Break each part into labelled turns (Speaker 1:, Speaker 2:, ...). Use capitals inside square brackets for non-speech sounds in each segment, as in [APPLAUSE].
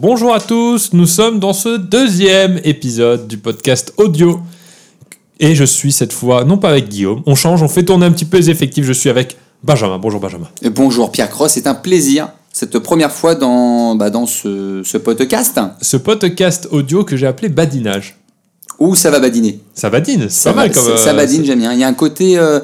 Speaker 1: Bonjour à tous, nous sommes dans ce deuxième épisode du podcast audio. Et je suis cette fois, non pas avec Guillaume, on change, on fait tourner un petit peu les effectifs, je suis avec Benjamin. Bonjour Benjamin.
Speaker 2: Et bonjour Pierre Cross, c'est un plaisir. Cette première fois dans, bah, dans ce, ce podcast
Speaker 1: Ce podcast audio que j'ai appelé badinage.
Speaker 2: où ça va badiner.
Speaker 1: Ça badine, c'est
Speaker 2: Ça
Speaker 1: pas
Speaker 2: va-
Speaker 1: mal comme.
Speaker 2: ça-
Speaker 1: euh,
Speaker 2: ça badine, j'aime bien. Il y a un côté euh,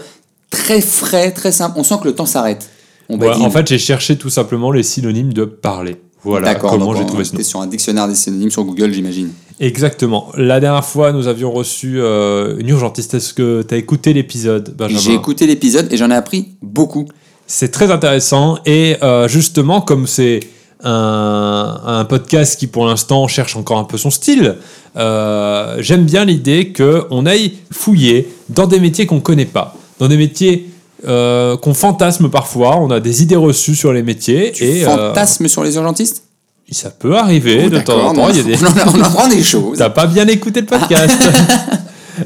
Speaker 2: très frais, très simple. On sent que le temps s'arrête. On
Speaker 1: Ouais,
Speaker 2: badine.
Speaker 1: en fait, j'ai cherché tout simplement les synonymes de parler. Voilà
Speaker 2: D'accord,
Speaker 1: comment
Speaker 2: donc
Speaker 1: j'ai
Speaker 2: on-
Speaker 1: trouvé ce nom.
Speaker 2: t'es sur un dictionnaire des synonymes sur Google, j'imagine.
Speaker 1: Exactement. La dernière fois, nous avions reçu euh, une urgentiste. Est-ce que tu as écouté l'épisode,
Speaker 2: J'ai
Speaker 1: Benjamin
Speaker 2: écouté l'épisode et j'en ai appris beaucoup.
Speaker 1: C'est très intéressant. Et euh, justement, comme c'est un, un podcast qui, pour l'instant, cherche encore un peu son style, euh, j'aime bien l'idée qu'on aille fouiller dans des métiers qu'on ne connaît pas, dans des métiers euh, qu'on fantasme parfois. On a des idées reçues sur les métiers.
Speaker 2: Tu
Speaker 1: et euh,
Speaker 2: fantasmes sur les urgentistes
Speaker 1: ça peut arriver
Speaker 2: Oh,
Speaker 1: de temps en
Speaker 2: d'accord,
Speaker 1: temps.
Speaker 2: on-
Speaker 1: Il y a des...
Speaker 2: [LAUGHS] on, en- on en apprend des choses.
Speaker 1: T'as pas bien écouté le podcast.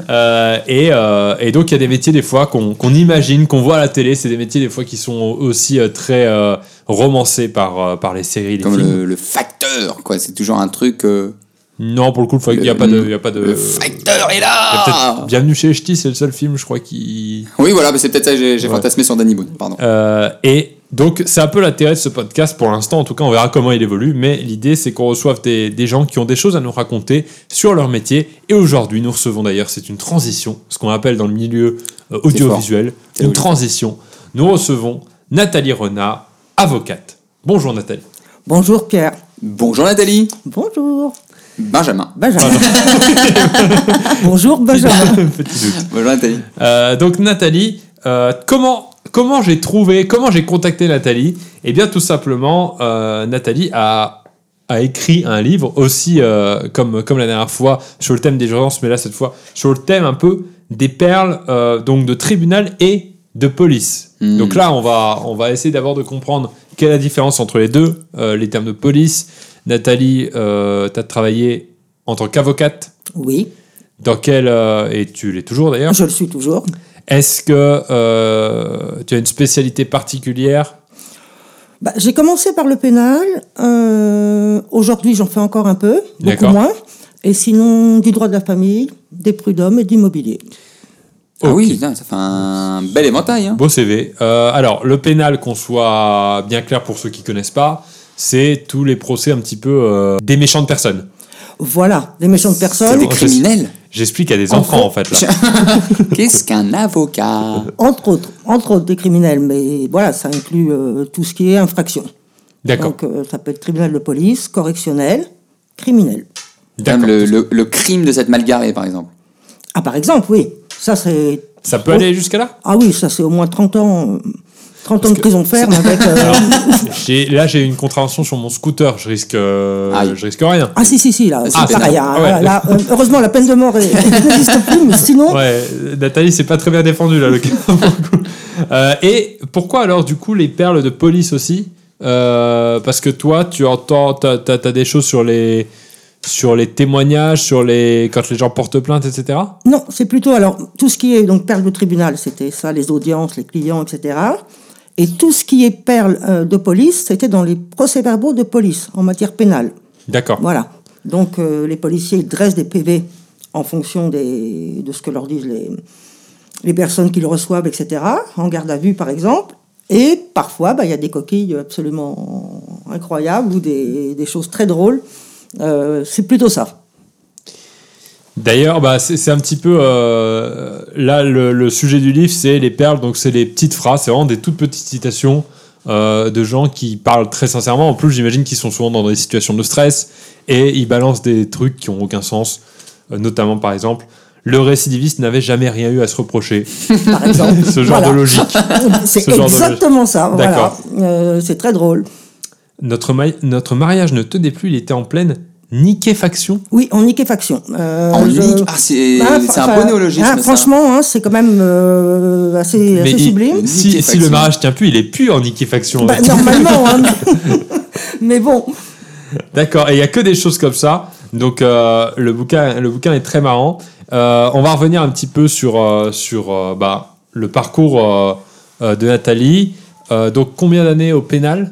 Speaker 1: Euh, et, euh, et donc il y a des métiers des fois qu'on qu'on imagine, qu'on voit à la télé, c'est des métiers des fois qui sont aussi euh, très euh, romancés par, euh, par les séries, les
Speaker 2: Comme
Speaker 1: films.
Speaker 2: le, le facteur, quoi. C'est toujours un truc. euh,
Speaker 1: Non, pour le coup, il n'y a
Speaker 2: le-
Speaker 1: pas de... il y a pas de...
Speaker 2: Le facteur est
Speaker 1: il y a
Speaker 2: là
Speaker 1: Euh, peut-être Bienvenue chez Ch'ti, c'est le seul film, je crois, qui...
Speaker 2: Oui, voilà, mais c'est peut-être ça que j'ai j'ai
Speaker 1: Ouais.
Speaker 2: fantasmé sur Danny Boone, pardon.
Speaker 1: Euh, et donc c'est un peu l'intérêt de ce podcast pour l'instant, en tout cas on verra comment il évolue, mais l'idée c'est qu'on reçoive des, des gens qui ont des choses à nous raconter sur leur métier, et aujourd'hui nous recevons d'ailleurs, c'est une transition, ce qu'on appelle dans le milieu euh, audiovisuel,
Speaker 2: C'est
Speaker 1: une
Speaker 2: oui.
Speaker 1: transition, nous recevons Nathalie Renard, avocate. Bonjour Nathalie.
Speaker 3: Bonjour Pierre.
Speaker 2: Bonjour Nathalie
Speaker 3: Bonjour
Speaker 2: Benjamin.
Speaker 3: Benjamin. [LAUGHS] Bonjour Benjamin.
Speaker 1: [LAUGHS] Petit doute.
Speaker 2: Bonjour Nathalie.
Speaker 1: Euh, donc Nathalie, euh, comment comment j'ai trouvé, comment j'ai contacté Nathalie Eh bien tout simplement, euh, Nathalie a a écrit un livre aussi euh, comme comme la dernière fois sur le thème des urgences, mais là cette fois sur le thème un peu des perles euh, donc de tribunal et de police.
Speaker 2: Hmm.
Speaker 1: Donc là on va on va essayer d'abord de comprendre quelle est la différence entre les deux, euh, les termes de police. Nathalie, euh, tu as travaillé en tant qu'avocate.
Speaker 3: Oui,
Speaker 1: Dans quelle euh, et tu l'es toujours d'ailleurs.
Speaker 3: je le suis toujours.
Speaker 1: Est-ce que euh, tu as une spécialité particulière
Speaker 3: Bah, J'ai commencé par le pénal. Euh, Aujourd'hui, j'en fais encore un peu, beaucoup
Speaker 1: D'accord.
Speaker 3: moins. Et sinon, du droit de la famille, des prud'hommes et de l'immobilier. Oh
Speaker 2: Ah oui,
Speaker 1: Ok.
Speaker 2: putain, ça fait un bel éventail. Hein.
Speaker 1: Beau CV. Euh, alors, le pénal, qu'on soit bien clair pour ceux qui connaissent pas, c'est tous les procès un petit peu euh, des méchantes personnes.
Speaker 3: Voilà, des méchantes
Speaker 2: C'est
Speaker 3: personnes.
Speaker 2: des
Speaker 1: bon,
Speaker 2: criminels.
Speaker 1: J'explique à des enfants, en fait. Là.
Speaker 2: Qu'est-ce qu'un avocat
Speaker 3: Entre autres, entre autres des criminels, mais voilà, ça inclut euh, tout ce qui est infraction.
Speaker 1: [LAUGHS] D'accord.
Speaker 3: Donc euh, ça peut être tribunal de police, correctionnel, criminel.
Speaker 2: Comme
Speaker 1: D'accord.
Speaker 2: le, le- le crime de cette malgarée, par exemple.
Speaker 3: Ah par exemple, oui, ça c'est
Speaker 1: Ça peut
Speaker 2: Oh.
Speaker 1: aller jusqu'à là
Speaker 3: Ah oui, ça c'est au moins 30 ans, euh, 30 ans de prison ferme avec. euh,
Speaker 1: J'ai- Là, j'ai une contravention sur mon scooter. Je risque, euh,
Speaker 2: Aïe.
Speaker 1: je risque rien.
Speaker 3: Ah si si si là,
Speaker 2: Ah,
Speaker 3: c'est
Speaker 2: c'est
Speaker 3: pareil.
Speaker 2: ça.
Speaker 3: hein,
Speaker 1: Ouais.
Speaker 3: là, là, euh, heureusement la peine de mort est- [LAUGHS] n'existe plus, mais sinon
Speaker 1: Ouais, euh, Nathalie, c'est pas très bien défendu là, le cas. pour le coup. Euh, et pourquoi alors, du coup, les perles de police aussi Euh, Parce que toi, tu entends, t'as, t'as- t'as des choses sur les, sur les témoignages, sur les, quand les gens portent plainte, etc.
Speaker 3: non, c'est plutôt alors tout ce qui est donc perle de tribunal, c'était ça, les audiences, les clients, etc. Et tout ce qui est perle euh, de police, c'était dans les procès-verbaux de police en matière pénale.
Speaker 1: D'accord.
Speaker 3: Voilà. Donc euh, les policiers ils dressent des PV en fonction des, de ce que leur disent les, les personnes qu'ils reçoivent, etc. En garde à vue, par exemple. Et parfois, bah, il y a des coquilles absolument incroyables ou des, des choses très drôles. Euh, c'est plutôt ça.
Speaker 1: D'ailleurs, bah, c'est, c'est un petit peu. euh, là, le, le sujet du livre, c'est les perles, donc c'est les petites phrases, c'est vraiment des toutes petites citations euh, de gens qui parlent très sincèrement. En plus, j'imagine qu'ils sont souvent dans des situations de stress et ils balancent des trucs qui n'ont aucun sens, Euh, notamment par exemple. Le récidiviste n'avait jamais rien eu à se reprocher.
Speaker 3: Par
Speaker 1: [LAUGHS]
Speaker 3: [LAUGHS] exemple.
Speaker 1: Ce genre
Speaker 3: Voilà.
Speaker 1: de logique.
Speaker 3: C'est
Speaker 1: ce genre de-
Speaker 3: exactement ça. Voilà.
Speaker 1: D'accord.
Speaker 3: Euh, c'est très drôle.
Speaker 1: Notre, ma- notre mariage ne tenait plus, il était en pleine niquéfaction.
Speaker 3: Oui, en liquéfaction. Euh,
Speaker 2: En
Speaker 3: je-
Speaker 2: ligue. Ah, c'est
Speaker 3: Bah,
Speaker 2: c'est un
Speaker 3: enfin,
Speaker 2: bon néologisme.
Speaker 3: hein,
Speaker 2: ça.
Speaker 3: franchement, hein, c'est quand même euh, assez, assez
Speaker 1: il-
Speaker 3: sublime.
Speaker 1: si, si le mariage tient plus, il est plus en niquéfaction. euh,
Speaker 3: Bah, normalement, hein, [LAUGHS] mais bon,
Speaker 1: D'accord, et il n'y a que des choses comme ça. Donc euh, le, bouquin, le bouquin est très marrant. Euh, on va revenir un petit peu sur, euh, sur euh, bah, le parcours euh, euh, de Nathalie. Euh, donc combien d'années au pénal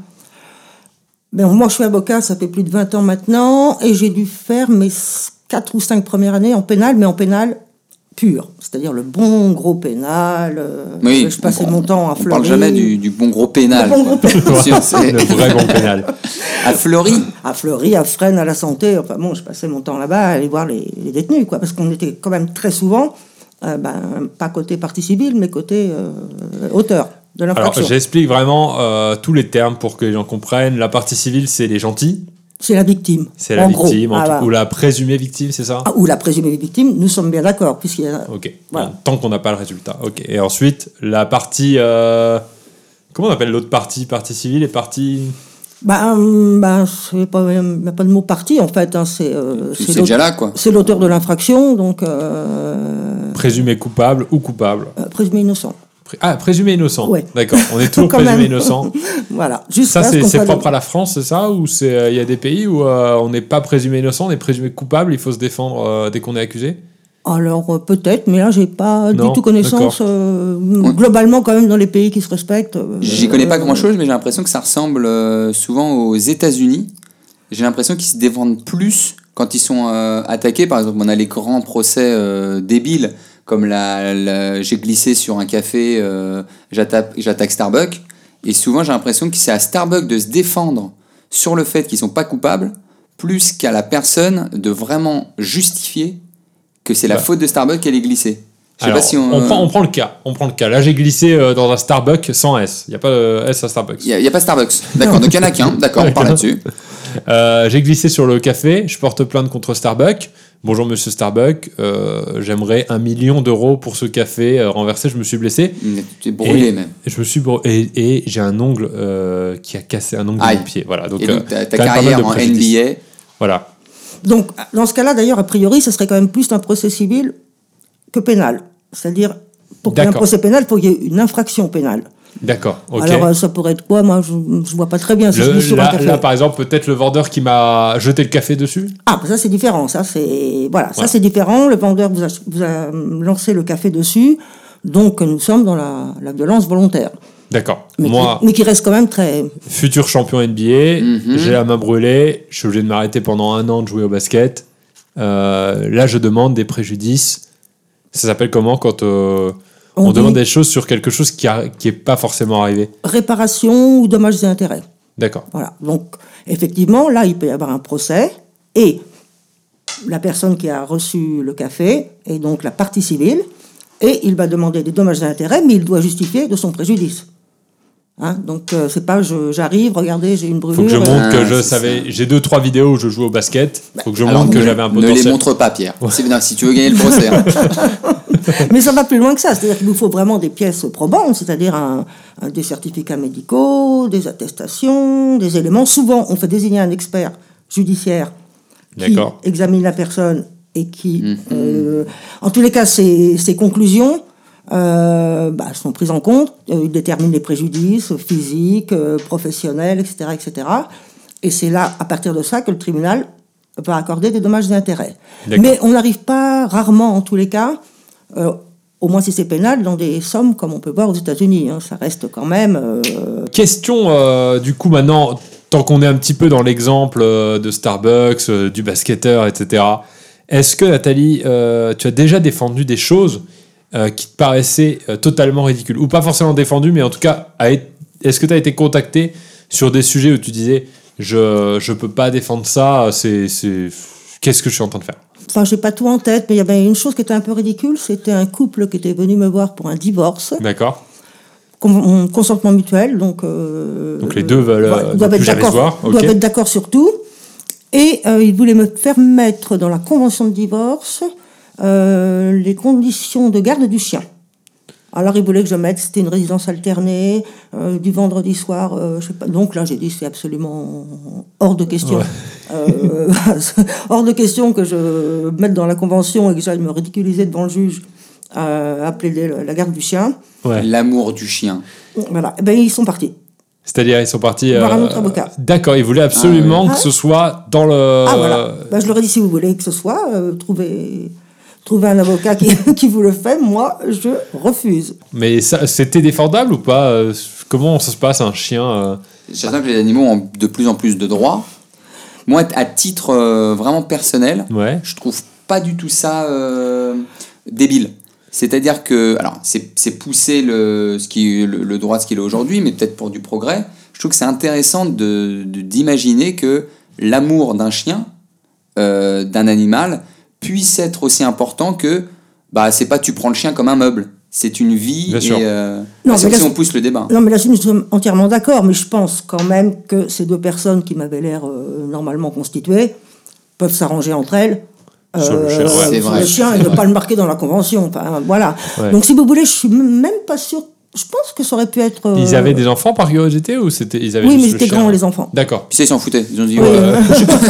Speaker 3: Ben, moi, je suis avocat, ça fait plus de 20 ans maintenant, et j'ai dû faire mes 4 ou 5 premières années en pénal, mais en pénal pur, c'est-à-dire le bon gros pénal. euh,
Speaker 2: Oui,
Speaker 3: que je passais
Speaker 2: on-
Speaker 3: mon temps à
Speaker 2: On
Speaker 3: fleurir.
Speaker 2: parle jamais du, du bon gros pénal.
Speaker 3: Le bon
Speaker 2: quoi.
Speaker 3: gros pénal.
Speaker 2: Bien sûr, c'est-
Speaker 1: le vrai bon
Speaker 3: [LAUGHS]
Speaker 1: pénal.
Speaker 2: [LAUGHS] à Fleury.
Speaker 3: à Fleury, à Fresnes, à la santé. Enfin bon, je passais mon temps là-bas à aller voir les, les détenus, quoi, parce qu'on était quand même très souvent, euh, ben, pas côté partie civile, mais côté euh, auteur de
Speaker 1: Alors,
Speaker 3: l'infraction.
Speaker 1: j'explique vraiment euh, tous les termes pour que les gens comprennent. La partie civile, c'est les gentils,
Speaker 3: C'est la victime.
Speaker 1: c'est la
Speaker 3: en gros.
Speaker 1: victime, en
Speaker 3: Ah,
Speaker 1: tout-
Speaker 3: bah.
Speaker 1: ou la présumée victime, c'est ça
Speaker 3: Ah, ou la présumée victime, nous sommes bien d'accord, puisqu'il y a-
Speaker 1: Ok.
Speaker 3: Voilà.
Speaker 1: Bon, tant qu'on n'a pas le résultat. Ok. Et ensuite, la partie. euh, Comment on appelle l'autre partie Partie civile et partie.
Speaker 3: Ben, ben, c'est pas, il n'y a pas de mot parti, en fait. hein, c'est euh,
Speaker 2: C'est
Speaker 3: l'aute-
Speaker 2: déjà là, quoi.
Speaker 3: c'est l'auteur de l'infraction, donc euh,
Speaker 1: Présumé coupable ou coupable
Speaker 3: euh, présumé innocent.
Speaker 1: Pré- Ah, présumé innocent.
Speaker 3: Ouais.
Speaker 1: D'accord. On est toujours
Speaker 3: [LAUGHS] Quand
Speaker 1: présumé
Speaker 3: même.
Speaker 1: innocent.
Speaker 3: Voilà.
Speaker 1: Ça,
Speaker 3: Jusqu'à ce
Speaker 1: c'est
Speaker 3: qu'on
Speaker 1: c'est
Speaker 3: soit-
Speaker 1: propre à la France, c'est ça Ou c'est euh, il y a des pays où euh, on n'est pas présumé innocent, on est présumé coupable, il faut se défendre euh, dès qu'on est accusé
Speaker 3: Alors euh, peut-être, mais là j'ai pas
Speaker 1: Non,
Speaker 3: du tout connaissance. euh, Globalement, quand même, dans les pays qui se respectent. euh,
Speaker 2: J'y connais pas
Speaker 3: euh,
Speaker 2: grand-chose, mais j'ai l'impression que ça ressemble euh, souvent aux États-Unis. J'ai l'impression qu'ils se défendent plus quand ils sont euh, attaqués. Par exemple, on a les grands procès euh, débiles, comme la, la- j'ai glissé sur un café, euh, j'attaque j'attaque Starbucks. Et souvent, j'ai l'impression que c'est à Starbucks de se défendre sur le fait qu'ils sont pas coupables, plus qu'à la personne de vraiment justifier que c'est la
Speaker 1: Bah.
Speaker 2: faute de Starbucks qu'elle est glissée. Je sais pas
Speaker 1: Alors,
Speaker 2: si on.
Speaker 1: prend, on prend le cas. On prend le cas. Là, j'ai glissé euh, dans un Starbucks sans S. Il n'y a pas de S à Starbucks.
Speaker 2: Il n'y a, pas Starbucks. D'accord, donc [LAUGHS] il y en a qu'un. D'accord, on parle là-dessus.
Speaker 1: Euh, j'ai glissé sur le café, je porte plainte contre Starbucks. Bonjour monsieur Starbucks, euh, j'aimerais un million d'euros pour ce café euh, renversé, je me suis blessé.
Speaker 2: Mais Tu es brûlé
Speaker 1: Et-
Speaker 2: même.
Speaker 1: Et je me suis br- et, et j'ai un ongle euh, qui a cassé un ongle
Speaker 2: Aïe.
Speaker 1: de mon pied. Voilà, donc,
Speaker 2: Et
Speaker 1: euh,
Speaker 2: donc ta,
Speaker 1: t'as
Speaker 2: ta
Speaker 1: pas mal de
Speaker 2: carrière en
Speaker 1: préjudice.
Speaker 2: NBA,
Speaker 1: Voilà.
Speaker 3: euh, Donc dans ce cas-là, d'ailleurs, a priori, ce serait quand même plus un procès civil que pénal. C'est-à-dire, pour qu'il y ait un
Speaker 1: D'accord.
Speaker 3: procès pénal, il faut qu'il y ait une infraction pénale.
Speaker 1: D'accord. Ok.
Speaker 3: Alors euh, ça pourrait être quoi Moi, je, je vois pas très bien. si
Speaker 1: Le-
Speaker 3: je glisse sur un
Speaker 1: là,
Speaker 3: café.
Speaker 1: là, par exemple, peut-être le vendeur qui m'a jeté le café dessus.
Speaker 3: Ah, bah ça c'est différent, ça c'est voilà, ça
Speaker 1: Voilà.
Speaker 3: c'est différent. Le vendeur vous a, vous a euh, lancé le café dessus, donc euh, nous sommes dans la, la violence volontaire,
Speaker 1: D'accord.
Speaker 3: mais,
Speaker 1: Moi,
Speaker 3: qui, mais qui reste quand même très.
Speaker 1: futur champion NBA,
Speaker 2: Mhm.
Speaker 1: j'ai la main brûlée, je suis obligé de m'arrêter pendant un an de jouer au basket. Euh, là, je demande des préjudices. Ça s'appelle comment quand euh, on,
Speaker 3: On dit-
Speaker 1: demande des choses sur quelque chose qui n'est pas forcément arrivé
Speaker 3: réparation ou dommages et intérêts.
Speaker 1: D'accord.
Speaker 3: Voilà. Donc, effectivement, là, il peut y avoir un procès et la personne qui a reçu le café est donc la partie civile et il va demander des dommages et intérêts, mais il doit justifier de son préjudice. Hein, donc, euh, c'est pas je- j'arrive, regardez, j'ai une
Speaker 1: Faut
Speaker 3: brûlure.
Speaker 1: que je
Speaker 3: euh,
Speaker 1: montre que
Speaker 2: Ah,
Speaker 1: je
Speaker 2: c'est Bah,
Speaker 1: savais. J'ai deux trois vidéos où je joue au basket. Faut que je
Speaker 2: alors
Speaker 1: montre que
Speaker 2: ne-
Speaker 1: j'avais un
Speaker 2: Ne les
Speaker 1: potentiel.
Speaker 2: montre pas, Pierre. Si, non, si tu veux gagner le procès. hein.
Speaker 3: Mais ça va plus loin que ça, c'est-à-dire qu'il nous faut vraiment des pièces probantes, c'est-à-dire un- un- des certificats médicaux, des attestations, des éléments. Souvent, on fait désigner un expert judiciaire qui
Speaker 1: D'accord.
Speaker 3: examine la personne et qui... euh, en tous les cas, ses, ses conclusions euh, bah, sont prises en compte. Euh, il détermine les préjudices physiques, euh, professionnels, etc., etc. Et c'est là, à partir de ça, que le tribunal va accorder des dommages et intérêts.
Speaker 1: D'accord.
Speaker 3: Mais on n'arrive pas rarement, en tous les cas, euh, au moins si c'est pénal, dans des sommes comme on peut voir aux États-Unis. hein. ça reste quand même... euh,
Speaker 1: Question euh, du coup maintenant, tant qu'on est un petit peu dans l'exemple euh, de Starbucks, euh, du basketteur, etc. Est-ce que Nathalie, euh, tu as déjà défendu des choses euh, qui te paraissaient euh, totalement ridicules ou pas forcément défendues, mais en tout cas, a été- est-ce que tu as été contacté sur des sujets où tu disais je je peux pas défendre ça, c'est c'est- qu'est-ce que je suis en train de faire
Speaker 3: Enfin, j'ai pas tout en tête, mais il y avait une chose qui était un peu ridicule, c'était un couple qui était venu me voir pour un divorce,
Speaker 1: D'accord.
Speaker 3: con- consentement mutuel, donc... euh,
Speaker 1: Donc les deux veulent
Speaker 3: voilà,
Speaker 1: euh,
Speaker 3: doivent
Speaker 1: ne
Speaker 3: être
Speaker 1: plus jamais se
Speaker 3: d'accord-
Speaker 1: voir.
Speaker 3: doivent
Speaker 1: ok.
Speaker 3: être d'accord sur tout. Et euh, ils voulaient me faire mettre dans la convention de divorce euh, les conditions de garde du chien. Alors ils voulaient que je mette, c'était une résidence alternée, euh, du vendredi soir, euh, je sais pas. Donc là j'ai dit c'est absolument hors de question. Euh, [LAUGHS] hors de question que je mette dans la convention et que j'aille me ridiculiser devant le juge euh, à plaider le- la garde du chien.
Speaker 1: [LAUGHS] Ouais.
Speaker 2: L'amour du chien.
Speaker 3: Voilà, Eh ben ils sont partis.
Speaker 1: C'est-à-dire, ils sont partis. euh,
Speaker 3: Voir un autre avocat.
Speaker 1: D'accord, ils voulaient absolument
Speaker 3: Ah oui.
Speaker 1: que ce soit dans le.
Speaker 3: Ben, Ah voilà. Bah, je leur ai dit si vous voulez que ce soit, euh, trouvez, Trouver un avocat qui, [LAUGHS] qui vous le fait, moi, je refuse.
Speaker 1: Mais ça- c'était défendable ou pas euh, Comment ça se passe un chien euh,
Speaker 2: J'attends que les animaux ont de plus en plus de droits. Moi, à titre euh, vraiment personnel,
Speaker 1: Ouais.
Speaker 2: je trouve pas du tout ça euh, débile. C'est-à-dire que, alors, c'est c'est pousser le, ce qui, le, le droit de ce qu'il est aujourd'hui, mais peut-être pour du progrès. Je trouve que c'est intéressant d'imaginer de, d'imaginer que l'amour d'un chien, euh, d'un animal, puisse être aussi important que, bah, c'est pas tu prends le chien comme un meuble. C'est une vie.
Speaker 1: Bien
Speaker 2: et,
Speaker 1: sûr.
Speaker 2: euh,
Speaker 3: Non,
Speaker 2: c'est comme
Speaker 3: mais là,
Speaker 2: si on
Speaker 3: c'est- Euh,
Speaker 2: pousse le débat.
Speaker 3: Non, mais là, nous sommes entièrement d'accord, mais je pense quand même que ces deux personnes qui m'avaient l'air euh, normalement constituées peuvent s'arranger entre elles. Euh,
Speaker 1: Sur le chien, ouais.
Speaker 2: C'est
Speaker 3: sur
Speaker 2: vrai,
Speaker 3: le chien
Speaker 2: c'est
Speaker 3: et ne
Speaker 2: vrai.
Speaker 3: pas le marquer dans la convention. Enfin, voilà.
Speaker 1: Ouais.
Speaker 3: Donc, si vous voulez, je suis m- même pas sûr. Je pense que ça aurait pu être. euh,
Speaker 1: Ils avaient des enfants par curiosité ou c'était ils avaient
Speaker 3: Oui,
Speaker 1: juste
Speaker 3: mais
Speaker 1: le
Speaker 3: c'était
Speaker 1: chien
Speaker 3: grand, les enfants.
Speaker 1: D'accord.
Speaker 2: Puis ça, ils s'en foutaient. Ils ont dit,
Speaker 3: Oui.
Speaker 2: ouais, euh, [LAUGHS]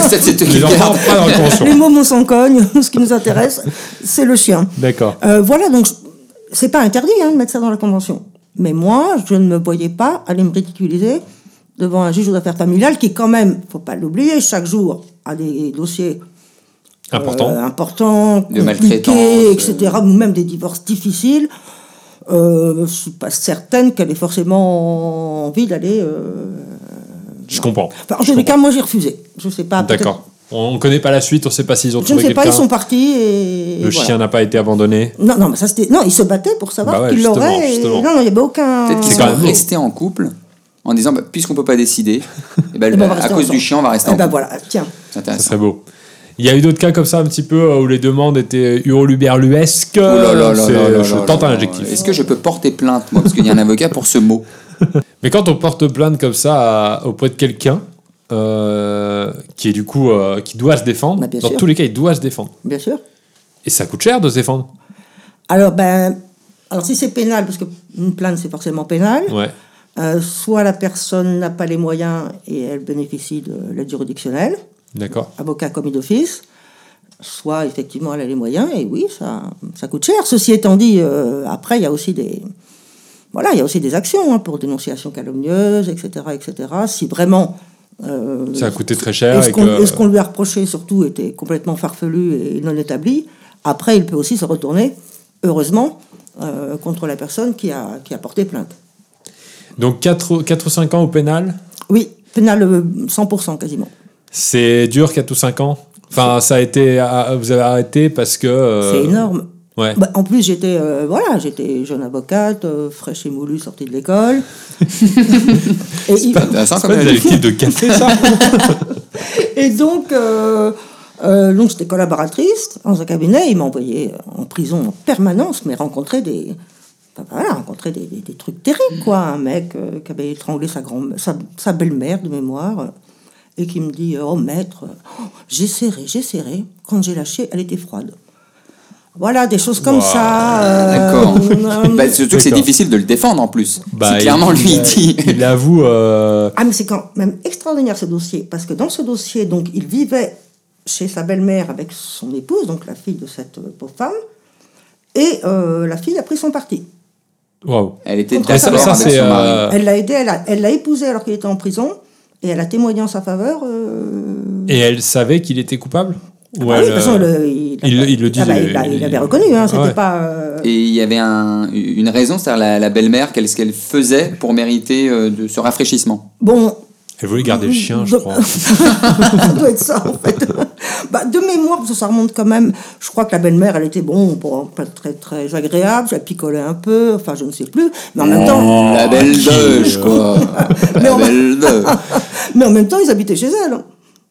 Speaker 2: ça, c'est toi qui
Speaker 3: [LAUGHS]
Speaker 1: Les
Speaker 2: le
Speaker 1: enfants
Speaker 2: gardes.
Speaker 1: pas dans la convention.
Speaker 3: Les mômes, on s'en cogne. [LAUGHS] Ce qui nous intéresse, c'est le chien.
Speaker 1: D'accord.
Speaker 3: Euh, voilà, donc je- c'est pas interdit hein, de mettre ça dans la convention. Mais moi, je ne me voyais pas aller me ridiculiser devant un juge aux affaires familiales qui, quand même, faut pas l'oublier, chaque jour a des dossiers euh,
Speaker 1: Important.
Speaker 3: importants,
Speaker 2: De maltraitance,
Speaker 3: compliqués, etc., ou même des divorces difficiles. Euh, je suis pas certaine qu'elle ait forcément envie d'aller. euh,
Speaker 1: je comprends.
Speaker 3: Enfin, en tous les cas, moi, j'ai refusé. Je sais pas. peut-être-
Speaker 1: D'accord. On on connaît pas la suite, on sait pas s'ils ont
Speaker 3: Je ne
Speaker 1: trouvé
Speaker 3: sais pas.
Speaker 1: quelqu'un.
Speaker 3: Ils sont partis et
Speaker 1: Le
Speaker 3: voilà.
Speaker 1: chien n'a pas été abandonné.
Speaker 3: Non, non, mais ça c'était. Non, ils se battaient pour savoir
Speaker 1: Bah ouais,
Speaker 3: qui
Speaker 1: justement,
Speaker 3: l'aurait. et-
Speaker 1: justement.
Speaker 3: Non, non, il n'y avait aucun. Bah,
Speaker 2: Peut-être qu'ils
Speaker 1: C'est quand
Speaker 2: sont
Speaker 1: même
Speaker 2: restés en couple en disant bah, puisqu'on peut pas décider, eh ben,
Speaker 3: Eh ben, on va
Speaker 2: à
Speaker 3: rester
Speaker 2: cause
Speaker 3: ensemble.
Speaker 2: du chien, on va rester
Speaker 1: Ah
Speaker 3: Eh
Speaker 2: en
Speaker 3: ben
Speaker 2: couple.
Speaker 3: voilà, tiens.
Speaker 2: C'est
Speaker 1: Ça
Speaker 2: intéressant.
Speaker 1: serait beau. Il y a eu d'autres cas comme ça un petit peu euh, où les demandes étaient hurluberluesques.
Speaker 2: Oh là là là
Speaker 1: C'est-
Speaker 2: là là
Speaker 1: Je
Speaker 2: là
Speaker 1: tente
Speaker 2: là
Speaker 1: un
Speaker 2: là.
Speaker 1: adjectif.
Speaker 2: Est-ce que je peux porter plainte, moi Parce qu'il y a un avocat pour ce mot.
Speaker 1: Mais quand on porte plainte comme ça à- auprès de quelqu'un euh, qui est du coup euh, qui doit se défendre,
Speaker 3: Bah, bien
Speaker 1: dans
Speaker 3: sûr.
Speaker 1: tous les cas, il doit se défendre.
Speaker 3: Bien sûr.
Speaker 1: Et ça coûte cher de se défendre.
Speaker 3: Alors, ben. Alors, si c'est pénal, parce qu'une plainte, c'est forcément pénal,
Speaker 1: Ouais.
Speaker 3: euh, soit la personne n'a pas les moyens et elle bénéficie de l'aide juridictionnelle,
Speaker 1: D'accord.
Speaker 3: avocat commis d'office, soit effectivement elle a les moyens, et oui, ça, ça coûte cher. Ceci étant dit, euh, après, il y a aussi des. Voilà, il y a aussi des actions hein, pour dénonciation calomnieuse, etc., etc. Si vraiment euh,
Speaker 1: Ça a coûté très cher.
Speaker 3: Et ce
Speaker 1: et
Speaker 3: qu'on
Speaker 1: que-
Speaker 3: et ce qu'on lui a reproché surtout était complètement farfelu et non établi. Après, il peut aussi se retourner, heureusement, euh, contre la personne qui a, qui a porté plainte.
Speaker 1: Donc 4, ou 5 ans au pénal,
Speaker 3: Oui, pénal euh, 100% quasiment.
Speaker 1: c'est dur 4 ou 5 ans Enfin, ça a été. ah, Vous avez arrêté parce que. euh,
Speaker 3: C'est énorme.
Speaker 1: Ouais.
Speaker 3: Bah, en plus, j'étais euh, voilà, j'étais jeune avocate, euh, fraîche et moulue, sortie de
Speaker 1: [LAUGHS]
Speaker 3: l'école. et, il-
Speaker 2: Intéressant
Speaker 1: C'est
Speaker 2: comme
Speaker 1: pas des
Speaker 2: même.
Speaker 1: adjectifs de café, ça
Speaker 3: et donc, euh, euh, donc j'étais collaboratrice dans un cabinet. Ils m'envoyaient en prison en permanence, mais rencontrer des enfin, voilà, rencontrer des, des- des trucs terribles quoi. Un mec euh, qui avait étranglé sa grand sa, sa belle-mère de mémoire. euh, et qui me dit, oh maître, oh, j'ai serré, j'ai serré. Quand j'ai lâché, elle était froide. Voilà, des choses comme
Speaker 1: Wow.
Speaker 3: ça. euh, [LAUGHS]
Speaker 2: D'accord.
Speaker 3: euh,
Speaker 2: Bah, surtout que c'est
Speaker 1: D'accord.
Speaker 2: difficile de le défendre en plus.
Speaker 1: [LAUGHS] Bah,
Speaker 2: si clairement
Speaker 1: il-
Speaker 2: lui
Speaker 1: il-
Speaker 2: il dit.
Speaker 1: Il avoue. euh,
Speaker 3: Ah, mais c'est quand même extraordinaire ce dossier, parce que dans ce dossier, donc, il vivait chez sa belle-mère avec son épouse, donc la fille de cette euh, pauvre femme, et euh, la fille a pris son parti.
Speaker 1: Waouh.
Speaker 2: [LAUGHS] Elle était
Speaker 3: Et ça-
Speaker 2: d'accord
Speaker 1: ça,
Speaker 2: avec
Speaker 1: c'est,
Speaker 2: son mari.
Speaker 1: euh,
Speaker 3: Elle l'a aidé, elle l'a- elle l'a épousé alors qu'il était en prison, et elle a témoigné en sa faveur. euh,
Speaker 1: Et elle savait qu'il était coupable Ou
Speaker 3: ah oui,
Speaker 1: elle,
Speaker 3: de toute façon,
Speaker 1: euh,
Speaker 3: le- il,
Speaker 1: il le- il le dit,
Speaker 3: Ah bah,
Speaker 1: le-
Speaker 3: il l'a- il
Speaker 1: il- Ah
Speaker 3: l'avait reconnu, hein, c'était
Speaker 1: Ouais.
Speaker 3: pas. euh,
Speaker 2: Et il y avait un- une raison, c'est-à-dire la, la belle-mère, qu'est-ce qu'elle faisait pour mériter euh, de ce rafraîchissement
Speaker 3: Bon,
Speaker 1: Elle voulait garder
Speaker 3: euh,
Speaker 1: le chien, je
Speaker 3: Donc-
Speaker 1: crois.
Speaker 3: ça doit être ça, en fait. [LAUGHS] Bah, de mémoire, parce que ça remonte quand même. Je crois que la belle-mère, elle était, bon, bon, pas très, très agréable, elle picolait un peu, enfin, je ne sais plus. Mais en même temps,
Speaker 1: Oh.
Speaker 2: La belle doge, quoi. La belle doge.
Speaker 3: mais en même temps ils habitaient chez elle.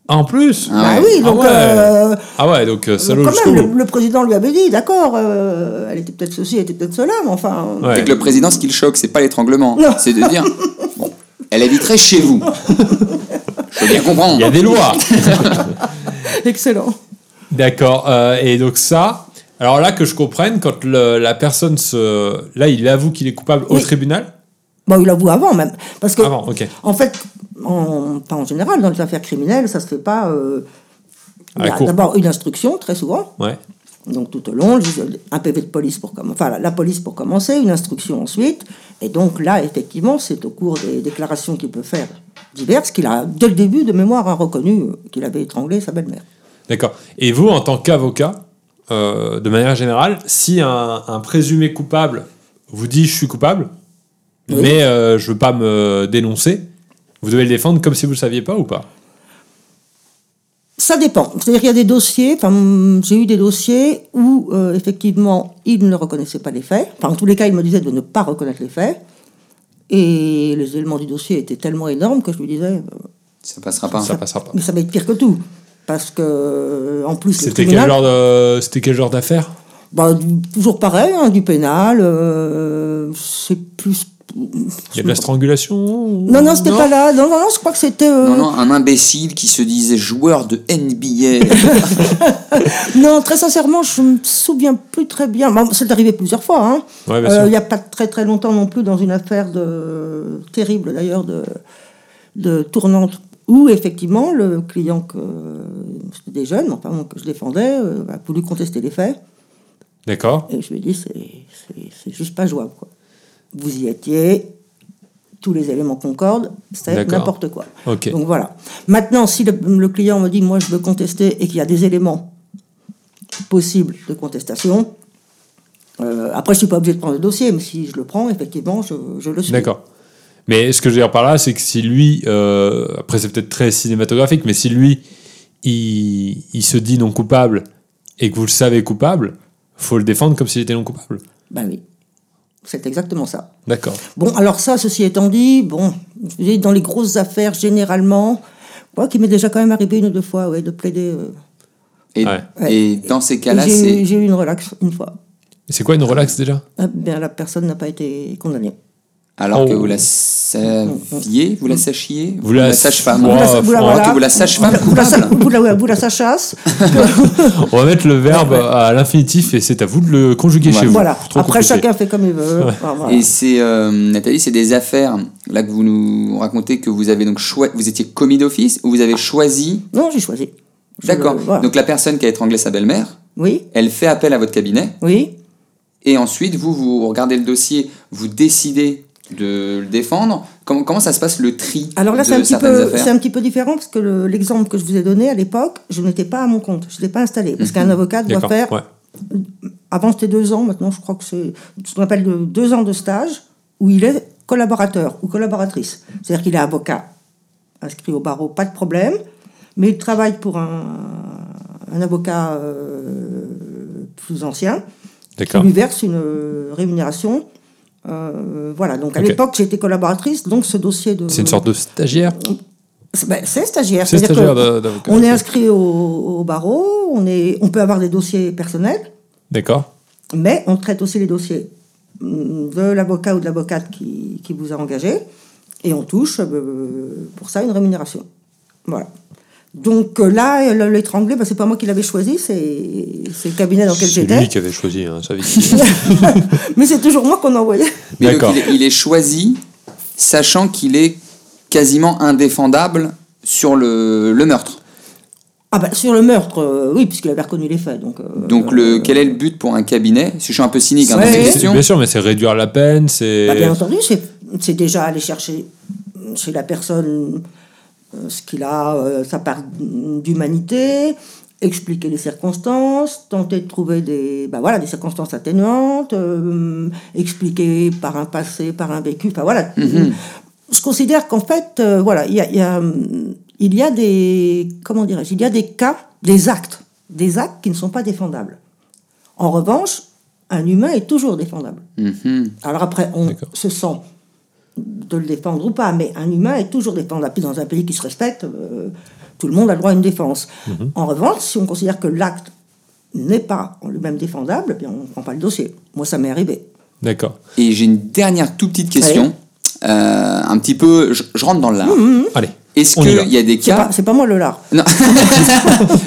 Speaker 1: Ah, En plus
Speaker 3: bah oui, donc.
Speaker 1: Ah ouais,
Speaker 3: euh,
Speaker 1: Ah ouais, donc euh, salaud
Speaker 3: quand
Speaker 1: jusqu'au
Speaker 3: même,
Speaker 1: bout.
Speaker 3: le, le président lui avait dit, d'accord, euh, elle était peut-être ceci, elle était peut-être cela, mais enfin.
Speaker 1: Ouais.
Speaker 2: C'est que le président, ce qui le choque, c'est pas l'étranglement,
Speaker 3: Non.
Speaker 2: c'est de dire bon, elle habiterait chez vous. Je peux bien comprendre.
Speaker 1: Il y a des lois
Speaker 3: [LAUGHS] [LAUGHS] Excellent.
Speaker 1: D'accord. euh, et donc ça, alors là que je comprenne, quand le- la personne se, là il avoue qu'il est coupable au
Speaker 3: Oui.
Speaker 1: tribunal.
Speaker 3: Bon, il l'avoue avant même. Parce que,
Speaker 1: Avant, ok.
Speaker 3: en fait, en, pas en général, dans les affaires criminelles, ça se fait pas. euh,
Speaker 1: À
Speaker 3: il
Speaker 1: la
Speaker 3: y a
Speaker 1: cour.
Speaker 3: d'abord une instruction, très souvent,
Speaker 1: Ouais.
Speaker 3: donc tout au long, le- un PV de police pour commencer, enfin la, la police pour commencer, une instruction ensuite, et donc là, effectivement, c'est au cours des déclarations qu'il peut faire diverses qu'il a, dès le début de mémoire, hein, reconnu qu'il avait étranglé sa belle-mère.
Speaker 1: D'accord. Et vous, en tant qu'avocat, euh, de manière générale, si un, un présumé coupable vous dit je suis coupable,
Speaker 3: Oui.
Speaker 1: mais euh, je veux pas me dénoncer, vous devez le défendre comme si vous le saviez pas ou pas
Speaker 3: Ça dépend. C'est-à-dire qu'il y a des dossiers, enfin, mm, j'ai eu des dossiers où, euh, effectivement, ils ne reconnaissaient pas les faits. Enfin, en tous les cas, ils me disaient de ne pas reconnaître les faits. Et les éléments du dossier étaient tellement énormes que je lui disais, euh,
Speaker 2: Ça passera pas.
Speaker 1: Ça passera pas.
Speaker 3: mais ça va être pire que tout. Parce que, euh, en plus, le
Speaker 1: C'était quel
Speaker 3: tribunal-
Speaker 1: genre de- c'était quel genre d'affaire
Speaker 3: Bah, du- toujours pareil, hein, du pénal, euh, c'est plus.
Speaker 1: Il y a de la strangulation ou-
Speaker 3: Non, non, c'était pas là. Non, non, non, je crois que c'était. euh,
Speaker 2: Non, non, un imbécile qui se disait joueur de NBA.
Speaker 3: non, très sincèrement, je me souviens plus très bien. Bon, c'est arrivé plusieurs fois. hein.
Speaker 1: Ouais, bien
Speaker 3: Euh, Il
Speaker 1: sûr.
Speaker 3: n'y a pas très très longtemps non plus dans une affaire de... terrible d'ailleurs de... de tournante où effectivement le client que c'était des jeunes, enfin bon, que je défendais, euh, a voulu contester les faits
Speaker 1: D'accord.
Speaker 3: et je lui ai dit c'est c'est- c'est juste pas jouable quoi. Vous y étiez, tous les éléments concordent, c'est
Speaker 1: D'accord.
Speaker 3: n'importe quoi.
Speaker 1: Ok.
Speaker 3: Donc voilà. Maintenant, si le, le client me dit, moi je veux contester et qu'il y a des éléments possibles de contestation, euh, après je suis pas obligé de prendre le dossier, mais si je le prends, effectivement, je, je le suis.
Speaker 1: D'accord. Mais ce que je veux dire par là, c'est que si lui, euh, après c'est peut-être très cinématographique, mais si lui, il, il se dit non coupable et que vous le savez coupable, faut le défendre comme s'il était non coupable.
Speaker 3: Ben oui. C'est exactement ça.
Speaker 1: D'accord.
Speaker 3: Bon, alors ça, ceci étant dit, bon, je vous dis, dans les grosses affaires, généralement, moi qui m'est déjà quand même arrivé une ou deux fois, ouais, de plaider. euh,
Speaker 2: Et,
Speaker 1: Ouais.
Speaker 2: et dans ces
Speaker 3: et
Speaker 2: cas-là,
Speaker 3: j'ai eu-
Speaker 2: c'est.
Speaker 3: j'ai eu une relaxe une fois.
Speaker 1: Et C'est quoi une relax déjà
Speaker 3: Eh bien, la personne n'a pas été condamnée.
Speaker 2: Alors que
Speaker 1: Oh.
Speaker 2: vous la saviez, vous la sachiez,
Speaker 1: Vous la-
Speaker 2: sage-femme.
Speaker 1: Vous la-
Speaker 2: Alors
Speaker 1: vous la-
Speaker 2: que
Speaker 3: voilà.
Speaker 2: vous la sage-femme
Speaker 3: Vous la, sa-
Speaker 2: coupable.
Speaker 3: vous la- vous la sachasse,
Speaker 1: On va mettre le verbe à l'infinitif et c'est à vous de le conjuguer
Speaker 2: Ouais.
Speaker 1: chez vous.
Speaker 3: Voilà.
Speaker 1: Trop
Speaker 3: Après,
Speaker 1: compliqué.
Speaker 3: chacun fait comme il veut. Enfin, voilà.
Speaker 2: Et c'est, euh, Nathalie, c'est des affaires, là que vous nous racontez, que vous avez donc choisi, vous étiez commis d'office ou vous avez choisi.
Speaker 3: Non, j'ai choisi. Je-
Speaker 2: D'accord.
Speaker 3: voilà.
Speaker 2: Donc la personne qui a étranglé sa belle-mère,
Speaker 3: Oui,
Speaker 2: elle fait appel à votre cabinet
Speaker 3: oui.
Speaker 2: et ensuite vous, vous regardez le dossier, vous décidez de le défendre. Comment, comment ça se passe le tri
Speaker 3: Alors là,
Speaker 2: de
Speaker 3: c'est un, petit
Speaker 2: certaines
Speaker 3: peu,
Speaker 2: affaires
Speaker 3: c'est un petit peu différent parce que le- l'exemple que je vous ai donné à l'époque, je n'étais pas à mon compte. Je n'étais pas installé. Parce qu'un avocat
Speaker 1: Mhm.
Speaker 3: doit
Speaker 1: D'accord.
Speaker 3: faire,
Speaker 1: ouais.
Speaker 3: avant c'était deux ans, maintenant je crois que c'est ce qu'on appelle de- deux ans de stage où il est collaborateur ou collaboratrice. C'est-à-dire qu'il est avocat inscrit au barreau, pas de problème, mais il travaille pour un, un avocat euh, plus ancien. qui
Speaker 1: D'accord.
Speaker 3: lui verse une euh, rémunération. Euh, voilà, donc à
Speaker 1: Ok.
Speaker 3: l'époque, j'étais collaboratrice, donc ce dossier de.
Speaker 1: C'est une sorte de stagiaire.
Speaker 3: C'est ben, c'est stagiaire.
Speaker 1: C'est
Speaker 3: c'est-à-dire
Speaker 1: stagiaire
Speaker 3: que
Speaker 1: d'a- d'avocat.
Speaker 3: On est
Speaker 1: Ok.
Speaker 3: inscrit au, au barreau, on, est, on peut avoir des dossiers personnels,
Speaker 1: D'accord.
Speaker 3: mais on traite aussi les dossiers hum, de l'avocat ou de l'avocate qui, qui vous a engagé, et on touche euh, pour ça une rémunération. Voilà. Donc euh, là, euh, l'étranglé, ben, c'est pas moi qui l'avais choisi, c'est c'est le cabinet dans lequel
Speaker 1: C'est lui
Speaker 3: j'étais.
Speaker 1: qui avait choisi hein, sa
Speaker 3: [LAUGHS]
Speaker 1: vie.
Speaker 3: Mais c'est toujours moi qu'on envoyait.
Speaker 2: Mais donc,
Speaker 1: D'accord.
Speaker 2: il, est- il est choisi, sachant qu'il est quasiment indéfendable sur le, le meurtre.
Speaker 3: Ah bah, sur le meurtre, euh, oui, puisqu'il avait reconnu les faits. Donc, euh,
Speaker 2: Donc, le, quel est le but pour un cabinet Si je suis un peu cynique hein, dans
Speaker 3: Ouais.
Speaker 2: ces
Speaker 3: C'est-
Speaker 1: C'est-
Speaker 2: questions.
Speaker 1: Bien sûr, mais c'est réduire la peine, c'est.
Speaker 3: bah, bien entendu, c'est c'est déjà aller chercher chez la personne euh, ce qu'il a, euh, sa part d'humanité, expliquer les circonstances, tenter de trouver des, bah, voilà, des circonstances atténuantes, euh, expliquer par un passé, par un vécu, enfin voilà. Je considère qu'en fait, euh, voilà, il y a, il y a, hum, il y a des, comment dirais-je, il y a des cas, des actes, des actes qui ne sont pas défendables. En revanche, un humain est toujours défendable.
Speaker 2: Mhm.
Speaker 3: Alors après, on
Speaker 1: D'accord.
Speaker 3: se sent de le défendre ou pas, mais un humain est toujours défendable. Puis Dans un pays qui se respecte, euh, tout le monde a droit à une défense. En revanche, si on considère que l'acte n'est pas en lui-même défendable, eh bien on ne prend pas le dossier. Moi, ça m'est arrivé.
Speaker 1: D'accord.
Speaker 2: Et j'ai une dernière toute petite question. Euh, un petit peu, je, je rentre dans l'art.
Speaker 3: Mmh.
Speaker 1: Allez.
Speaker 2: Est-ce
Speaker 1: On y va.
Speaker 2: qu'il y a des
Speaker 3: C'est
Speaker 2: cas
Speaker 3: pas, c'est pas moi le lard.
Speaker 2: Non,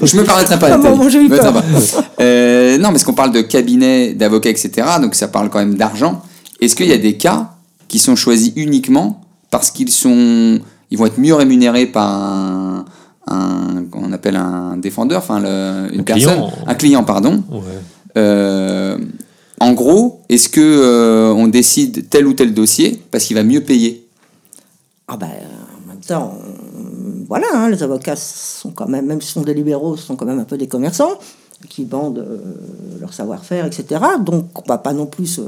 Speaker 2: je me permettrai pas.
Speaker 3: Ah,
Speaker 2: Nathalie.
Speaker 3: bon, j'ai eu
Speaker 2: Je me
Speaker 3: peur.
Speaker 2: permettrai
Speaker 3: [LAUGHS]
Speaker 2: pas. Euh, non, parce qu'on parle de cabinet, d'avocat, etc. Donc ça parle quand même d'argent. Est-ce qu'il y a des cas qui sont choisis uniquement parce qu'ils sont, ils vont être mieux rémunérés par un, un- qu'on appelle un défendeur, enfin le- une
Speaker 1: Un client.
Speaker 2: personne, un client, pardon.
Speaker 1: Ouais.
Speaker 2: Euh, en gros, est-ce que euh, on décide tel ou tel dossier parce qu'il va mieux payer
Speaker 3: Ah ben, en même temps, euh, voilà, hein, les avocats sont quand même, même si ce sont des libéraux, ce sont quand même un peu des commerçants. qui vendent euh, leur savoir-faire, etc. Donc, on va pas non plus se,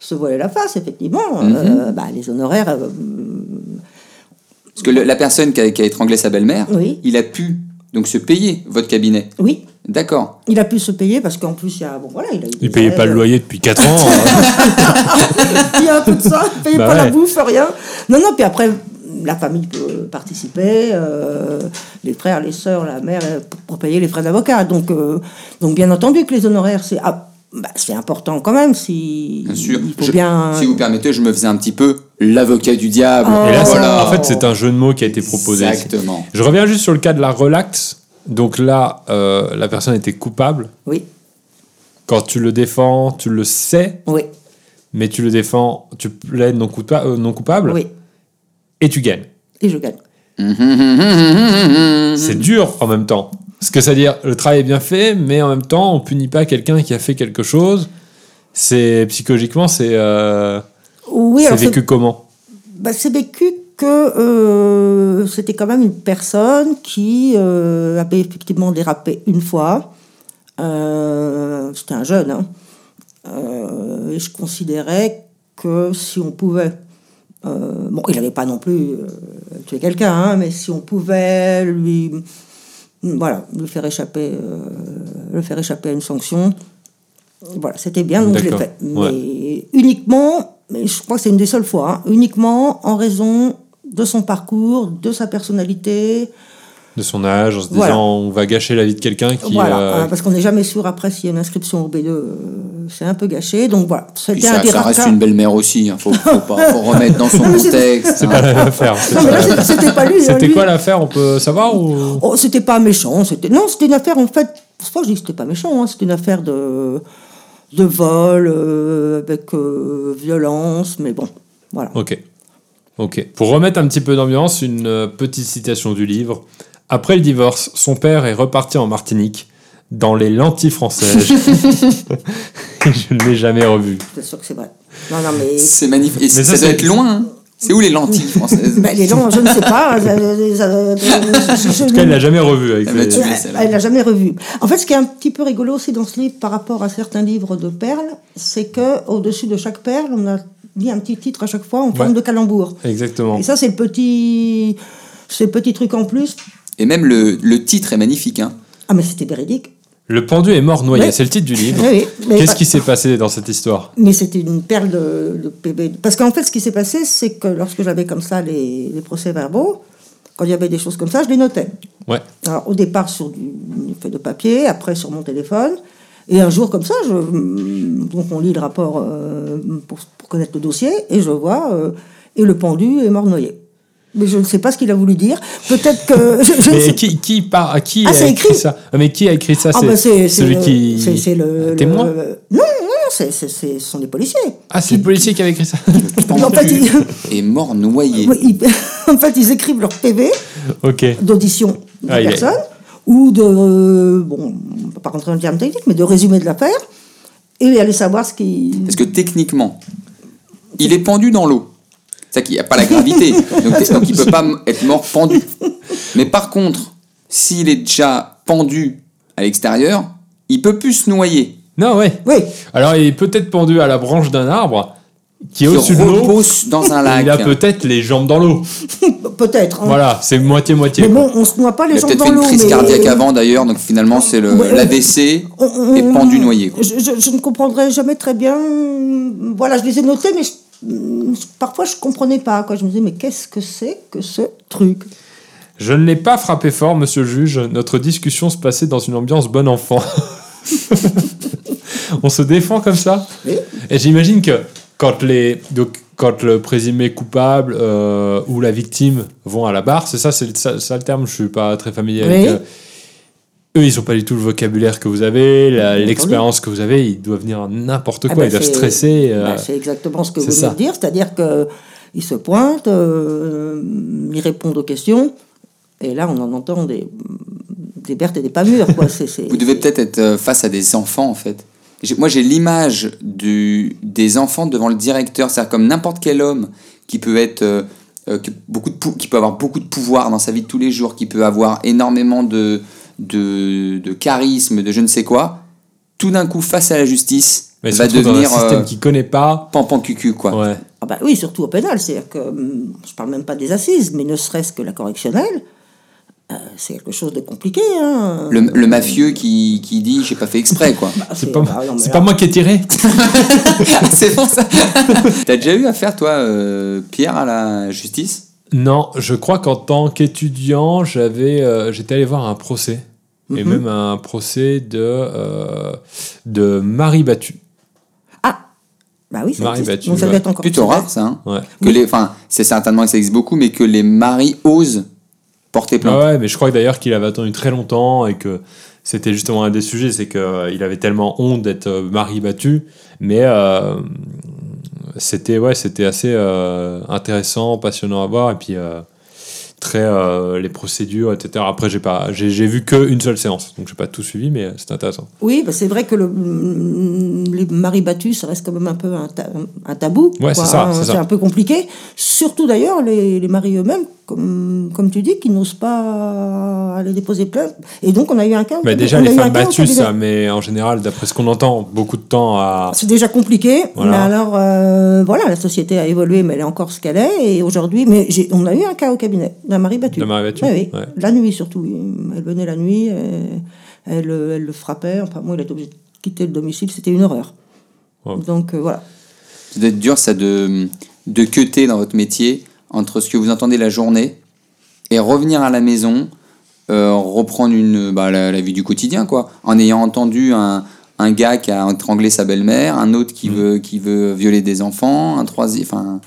Speaker 3: se voiler la face, effectivement.
Speaker 2: Mhm.
Speaker 3: Euh, bah, les honoraires, euh,
Speaker 2: Parce que le- la personne qui a, qui a étranglé sa belle-mère,
Speaker 3: oui,
Speaker 2: il a pu donc se payer votre cabinet.
Speaker 3: oui.
Speaker 2: D'accord.
Speaker 3: Il a pu se payer parce qu'en plus, il y a. Bon, voilà, il a eu des
Speaker 1: Il payait pas
Speaker 3: aides.
Speaker 1: le loyer depuis 4 ans.
Speaker 3: [LAUGHS]
Speaker 1: hein.
Speaker 3: Il y a un peu de ça, il payait
Speaker 1: Bah
Speaker 3: pas
Speaker 1: ouais.
Speaker 3: la bouffe, rien. Non, non, puis après, la famille peut participer, euh, les frères, les sœurs, la mère, euh, pour- pour payer les frais d'avocat. Donc, euh, donc, bien entendu que les honoraires, c'est ah, bah, c'est important quand même. Si,
Speaker 2: Bien sûr.
Speaker 3: Il faut
Speaker 2: Je-
Speaker 3: bien. euh,
Speaker 2: Si vous permettez, je me faisais un petit peu l'avocat du diable.
Speaker 3: [LAUGHS] Oh.
Speaker 1: Et là, c'est-
Speaker 3: Voilà.
Speaker 1: en fait, c'est un jeu de mots qui a été proposé.
Speaker 2: Exactement.
Speaker 1: Je reviens juste sur le cas de la relax. Donc là, euh, la personne était coupable.
Speaker 3: Oui,
Speaker 1: Quand tu le défends, tu le sais,
Speaker 3: oui,
Speaker 1: mais tu le défends, tu plaides non, coupa- euh, non coupable
Speaker 3: oui.
Speaker 1: et tu gagnes.
Speaker 3: Et je gagne. Mhm.
Speaker 1: C'est dur en même temps. Ce que ça veut dire, le travail est bien fait, mais en même temps, on punit pas quelqu'un qui a fait quelque chose. C'est psychologiquement, c'est euh,
Speaker 3: Oui,
Speaker 1: c'est
Speaker 3: alors,
Speaker 1: vécu comment
Speaker 3: Bah, c'est vécu que euh, c'était quand même une personne qui euh, avait effectivement dérapé une fois. Euh, c'était un jeune. hein. Euh, et je considérais que si on pouvait. euh, bon, il n'avait pas non plus euh, tué quelqu'un, hein, mais si on pouvait lui. Voilà, lui faire échapper, euh, le faire échapper à une sanction. Voilà, c'était bien, donc je l'ai
Speaker 1: D'accord,
Speaker 3: fait. Mais
Speaker 1: ouais.
Speaker 3: et uniquement, mais je crois que c'est une des seules fois, hein, uniquement en raison de son parcours, de sa personnalité.
Speaker 1: de son âge, en se
Speaker 3: Voilà.
Speaker 1: disant on va gâcher la vie de quelqu'un qui.
Speaker 3: voilà,
Speaker 1: euh,
Speaker 3: hein, parce qu'on n'est jamais sûr après s'il y a une inscription au B2, euh, c'est un peu gâché. Donc voilà,
Speaker 2: Puis
Speaker 3: c'était un
Speaker 2: ça,
Speaker 3: des
Speaker 2: ça
Speaker 3: rares
Speaker 2: reste
Speaker 3: cas.
Speaker 2: une belle-mère aussi. Il faut, faut pas-
Speaker 3: [LAUGHS]
Speaker 2: faut remettre dans son
Speaker 3: Non, mais c'est-
Speaker 2: contexte. hein.
Speaker 1: pas la même affaire, c'est
Speaker 3: Ah. Non, mais là,
Speaker 1: ça.
Speaker 3: c'était- c'était pas lui. hein,
Speaker 1: C'était
Speaker 3: lui.
Speaker 1: quoi l'affaire On peut savoir ou...
Speaker 3: Oh, c'était pas méchant. C'était non, c'était une affaire en fait. C'est pour ça que je dis que c'était pas méchant. hein, c'était une affaire de de vol euh, avec euh, violence, mais bon, voilà.
Speaker 1: Ok. Ok. Pour remettre un petit peu d'ambiance, une euh, petite citation du livre. Après le divorce, son père est reparti en Martinique, dans les lentilles
Speaker 3: [LAUGHS]
Speaker 1: françaises. [LAUGHS] Je ne l'ai jamais revu.
Speaker 3: C'est sûr que c'est vrai. Non, non, mais
Speaker 2: C'est magnifique. Et
Speaker 1: ça,
Speaker 2: ça, doit
Speaker 1: c'est-
Speaker 2: être loin. hein. C'est où les lentilles françaises
Speaker 3: [LAUGHS] Ben, les dents, je ne sais pas. hein, ça- ça- ça- je-
Speaker 1: En tout cas, il l'a jamais revu avec
Speaker 2: Ah bah,
Speaker 1: les-
Speaker 2: tu-
Speaker 3: Elle-
Speaker 2: celle-là.
Speaker 3: Elle l'a jamais revu. En fait, ce qui est un petit peu rigolo aussi dans ce livre par rapport à certains livres de perles, c'est que au dessus de chaque perle, on a mis un petit titre à chaque fois en forme de calembour.
Speaker 1: Exactement.
Speaker 3: Et ça, c'est le petit, c'est le petit truc en plus.
Speaker 2: Et même le, le titre est magnifique.
Speaker 3: [LAUGHS]
Speaker 2: hein.
Speaker 3: Ah, mais c'était véridique.
Speaker 1: Le pendu est mort noyé,
Speaker 3: Ouais.
Speaker 1: c'est le titre du livre.
Speaker 3: Oui, oui, mais-
Speaker 1: Qu'est-ce qui s'est passé dans cette histoire
Speaker 3: Mais c'était une perle de, de PB. Parce qu'en fait, ce qui s'est passé, c'est que lorsque j'avais comme ça les, les procès-verbaux, quand il y avait des choses comme ça, je les notais.
Speaker 1: Ouais.
Speaker 3: Alors, au départ sur du, une feuille de papier, après sur mon téléphone. Et un jour, comme ça, je, mm, donc on lit le rapport euh, pour, pour connaître le dossier, et je vois, euh, et le pendu est mort noyé. Mais je ne sais pas ce qu'il a voulu dire. Peut-être que. [LAUGHS] Je, je ne sais
Speaker 1: Mais qui, qui, par, à qui
Speaker 3: Ah,
Speaker 1: a
Speaker 3: c'est écrit
Speaker 1: ça Ah, Mais qui a écrit ça
Speaker 3: Ah,
Speaker 1: C'est
Speaker 3: bah, c'est- c'est
Speaker 1: celui
Speaker 3: le-
Speaker 1: qui.
Speaker 3: c'est- c'est le,
Speaker 1: Un témoin
Speaker 3: le- Non, non, non, c'est- c'est- c'est- ce sont des policiers.
Speaker 1: Ah, c'est le policier qui avait écrit ça.
Speaker 3: En fait, ils,
Speaker 2: Et mort noyé.
Speaker 3: oui, ils- [LAUGHS] en fait, ils écrivent leur PV
Speaker 1: [LAUGHS] ok.
Speaker 3: d'audition de
Speaker 1: Ah, il est-
Speaker 3: personne, ou de, euh, bon, on ne peut pas rentrer dans le terme technique, mais de résumé de l'affaire, et aller savoir ce qui...
Speaker 2: Parce que techniquement, il est pendu dans l'eau. C'est-à-dire qu'il n'y a pas la gravité.
Speaker 1: [LAUGHS]
Speaker 2: donc, t- donc il ne peut pas m- être mort pendu. Mais par contre, s'il est déjà pendu à l'extérieur, il peut plus se noyer.
Speaker 1: Non, ouais.
Speaker 3: Oui,
Speaker 1: Alors, il est peut-être pendu à la branche d'un arbre qui est
Speaker 2: Il
Speaker 1: au-dessus de l'eau.
Speaker 2: repose dans un lac.
Speaker 1: Il a peut-être les jambes dans l'eau.
Speaker 3: peut-être. hein.
Speaker 1: Voilà, c'est moitié-moitié.
Speaker 3: Mais bon, on se noie pas les
Speaker 2: Il a
Speaker 3: jambes
Speaker 2: peut-être
Speaker 3: dans
Speaker 2: fait une
Speaker 3: l'eau.
Speaker 2: crise
Speaker 3: mais-
Speaker 2: cardiaque avant d'ailleurs, donc finalement c'est le-
Speaker 3: Ouais.
Speaker 2: l'AVC
Speaker 3: On- on-
Speaker 2: et pendu noyé. quoi.
Speaker 3: Je, je- je ne comprendrais jamais très bien. Voilà, je les ai notés, mais je- parfois je comprenais pas. Quoi. Je me disais, mais qu'est-ce que c'est que ce truc
Speaker 1: Je ne l'ai pas frappé fort, monsieur le juge. Notre discussion se passait dans une ambiance bon enfant. [LAUGHS] on se défend comme ça
Speaker 3: Oui.
Speaker 1: Et j'imagine que quand, les, donc, quand le présumé coupable euh, ou la victime vont à la barre, c'est ça, c'est ça, ça le terme, je suis pas très familier avec.
Speaker 3: Oui.
Speaker 1: euh, eux, ils ont pas du tout le vocabulaire que vous avez, la-
Speaker 3: entendu.
Speaker 1: l'expérience que vous avez, ils doivent venir n'importe
Speaker 3: Ah
Speaker 1: quoi,
Speaker 3: bah,
Speaker 1: ils doivent
Speaker 3: c'est-
Speaker 1: stresser. euh,
Speaker 3: bah, c'est exactement ce que
Speaker 1: c'est
Speaker 3: vous venez
Speaker 1: ça.
Speaker 3: de dire, c'est-à-dire que euh, ils se pointent, euh, ils répondent aux questions, et là on en entend des, des bertes et des pas mûres. Quoi.
Speaker 1: [LAUGHS]
Speaker 3: C'est- c'est-
Speaker 2: Vous devez peut-être être euh, face à des enfants en fait. J'ai- Moi j'ai l'image du- des enfants devant le directeur, c'est-à-dire comme n'importe quel homme qui peut être euh, euh, qui, beaucoup de pou- qui peut avoir beaucoup de pouvoir dans sa vie de tous les jours, qui peut avoir énormément de de, de charisme, de je ne sais quoi, tout d'un coup, face à la justice,
Speaker 1: Mais
Speaker 2: va
Speaker 1: surtout dans
Speaker 2: devenir
Speaker 1: un système
Speaker 2: euh,
Speaker 1: qui connaît pas.
Speaker 2: pan cucu, quoi.
Speaker 1: Ouais.
Speaker 3: Ah bah oui, surtout au pénal, c'est-à-dire que, hum, je parle même pas des assises, mais ne serait-ce que la correctionnelle, euh, c'est quelque chose de compliqué. Hein.
Speaker 2: Le, le mafieux qui, qui dit j'ai pas fait exprès
Speaker 1: [LAUGHS]
Speaker 2: quoi. [LAUGHS]
Speaker 3: Ah,
Speaker 1: C'est pas,
Speaker 3: bah non, mais
Speaker 1: c'est
Speaker 3: là-
Speaker 1: pas moi qui ai tiré.
Speaker 2: Ah, c'est pour ça. T'as déjà eu affaire toi euh, Pierre à la justice
Speaker 1: Non, je crois qu'en tant qu'étudiant, j'avais, euh, j'étais allé voir un procès. Et
Speaker 3: Mhm.
Speaker 1: même un procès de, euh, de Marie battue.
Speaker 3: Ah Bah oui, ça
Speaker 1: Marie
Speaker 3: existe.
Speaker 1: battue,
Speaker 3: Donc ça doit
Speaker 1: ouais.
Speaker 3: être encore
Speaker 2: Plutôt
Speaker 3: plus
Speaker 2: rare ça. Hein
Speaker 1: Ouais.
Speaker 2: que les, enfin c'est certainement que ça existe beaucoup, mais que les maris osent porter
Speaker 1: Ah
Speaker 2: plainte.
Speaker 1: ouais, mais je crois que d'ailleurs qu'il avait attendu très longtemps et que c'était justement un des sujets, c'est qu'il avait tellement honte d'être euh, mari battu, mais euh, c'était ouais, c'était assez euh, intéressant, passionnant à voir et puis euh, très euh, les procédures, etc. Après j'ai pas, j'ai, j'ai vu qu'une seule séance, donc j'ai pas tout suivi, mais euh, c'était intéressant.
Speaker 3: Oui, bah c'est vrai que le, mm, les maris battus, ça reste quand même un peu un, ta- un tabou.
Speaker 1: Ouais, c'est ça,
Speaker 3: hein.
Speaker 1: c'est ça.
Speaker 3: un peu compliqué. Surtout d'ailleurs, les, les maris eux-mêmes, comme, comme tu dis, qui n'osent pas aller déposer plainte. Et donc, on a eu un cas. au
Speaker 1: Mais
Speaker 3: cabinet-
Speaker 1: Bah, déjà
Speaker 3: on bah, a
Speaker 1: les
Speaker 3: eu un
Speaker 1: femmes
Speaker 3: cas au
Speaker 1: battues,
Speaker 3: cabinet.
Speaker 1: ça, mais en général, d'après ce qu'on entend, beaucoup de temps à
Speaker 3: C'est déjà compliqué,
Speaker 1: Voilà.
Speaker 3: mais alors euh, voilà, la société a évolué, mais elle est encore ce qu'elle est. Et aujourd'hui, mais j'ai- on a eu un cas au cabinet d'un mari battu.
Speaker 1: D'un mari battu,
Speaker 3: Oui, oui.
Speaker 1: ouais.
Speaker 3: La nuit surtout. Elle venait la nuit, euh, elle, elle le frappait. Enfin, moi, il était obligé de quitter le domicile. C'était une horreur.
Speaker 1: Oh.
Speaker 3: Donc euh, voilà.
Speaker 2: Ça doit être dur ça de de queuter dans votre métier entre ce que vous entendez la journée et revenir à la maison, euh, reprendre une bah, la, la vie du quotidien quoi, en ayant entendu un un gars qui a étranglé sa belle-mère, un autre
Speaker 1: Mm.
Speaker 2: qui veut qui veut violer des enfants, un troisième, enfin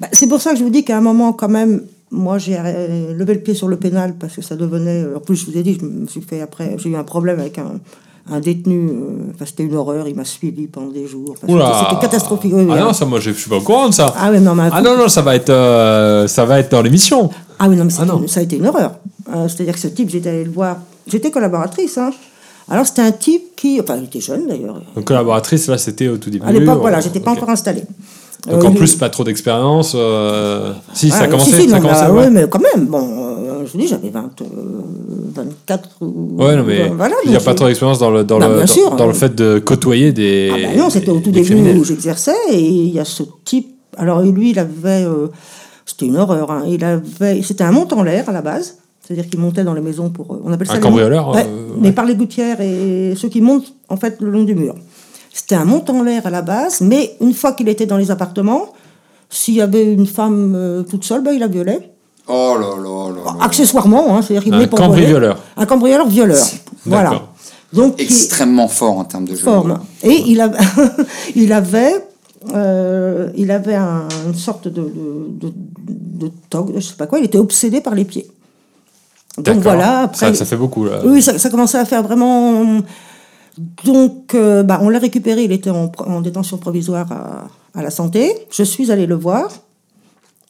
Speaker 3: Bah, c'est pour ça que je vous dis qu'à un moment, quand même, moi, j'ai euh, levé le pied sur le pénal parce que ça devenait. euh, En plus, je vous ai dit, je me suis fait après. J'ai eu un problème avec un, un détenu. euh, Enfin, c'était une horreur. Il m'a suivi pendant des jours. Enfin,
Speaker 1: Oula.
Speaker 3: c'était- c'était catastrophique. oui, oui,
Speaker 1: ah
Speaker 3: hein.
Speaker 1: non, ça, moi, je je suis pas au courant de ça.
Speaker 3: Ah ouais, non, mais
Speaker 1: Ah non, non, ça va être, euh, ça va être dans l'émission.
Speaker 3: Ah oui, non, mais
Speaker 1: Ah non.
Speaker 3: c'était- ça a été une horreur. Euh, C'est-à-dire que ce type, j'étais allée le voir, j'étais collaboratrice. hein. Alors c'était un type qui, enfin il était jeune d'ailleurs.
Speaker 1: Donc collaboratrice, là, c'était au tout début.
Speaker 3: À l'époque,
Speaker 1: on-
Speaker 3: voilà, j'étais pas
Speaker 1: ok.
Speaker 3: encore installée.
Speaker 1: Donc
Speaker 3: Euh,
Speaker 1: en
Speaker 3: il-
Speaker 1: plus, pas trop d'expérience. euh, Si,
Speaker 3: Ah,
Speaker 1: ça
Speaker 3: si,
Speaker 1: commençait.
Speaker 3: si,
Speaker 1: ça
Speaker 3: non,
Speaker 1: commençait,
Speaker 3: bah,
Speaker 1: ouais.
Speaker 3: ouais, mais quand même, bon, euh, je vous dis, j'avais 20, euh, 24 ou.
Speaker 1: Ouais, non, mais
Speaker 3: Bah, voilà,
Speaker 1: il n'y a
Speaker 3: donc,
Speaker 1: pas trop d'expérience dans le, dans,
Speaker 3: Bah,
Speaker 1: le,
Speaker 3: bien
Speaker 1: dans,
Speaker 3: sûr,
Speaker 1: dans le
Speaker 3: hein.
Speaker 1: fait de côtoyer des.
Speaker 3: Ah bah non, c'était au tout
Speaker 1: des
Speaker 3: début
Speaker 1: criminels.
Speaker 3: où j'exerçais et il y a ce type. Alors lui, il avait, euh, c'était une horreur. hein. Il avait, c'était un monte en l'air à la base, c'est-à-dire qu'il montait dans les maisons pour, euh, on appelle ça
Speaker 1: Un
Speaker 3: les
Speaker 1: cambrioleur,
Speaker 3: montes- ouais,
Speaker 1: euh,
Speaker 3: mais par les gouttières et ceux qui montent en fait le long du mur. C'était un monte en l'air à la base, mais une fois qu'il était dans les appartements, s'il y avait une femme euh, toute seule, bah, il la violait.
Speaker 2: Oh là là là. là.
Speaker 3: Accessoirement, hein, c'est-à-dire qu'il
Speaker 1: Un
Speaker 3: venait pour voler.
Speaker 1: cambrioleur.
Speaker 3: Un cambrioleur violeur. Voilà.
Speaker 1: D'accord.
Speaker 3: Donc il-
Speaker 2: Extrêmement fort en termes de jeu.
Speaker 3: forme. Et il, a- [LAUGHS] il avait, euh, il avait un- une sorte de, de, de, de toque, je sais pas quoi, il était obsédé par les pieds. Donc
Speaker 1: D'accord.
Speaker 3: voilà, après.
Speaker 1: Ça, ça fait beaucoup, euh, là.
Speaker 3: Oui, ça, ça commençait à faire vraiment. Donc, euh, bah, on l'a récupéré, il était en, pro- en détention provisoire à, à la santé. Je suis allée le voir,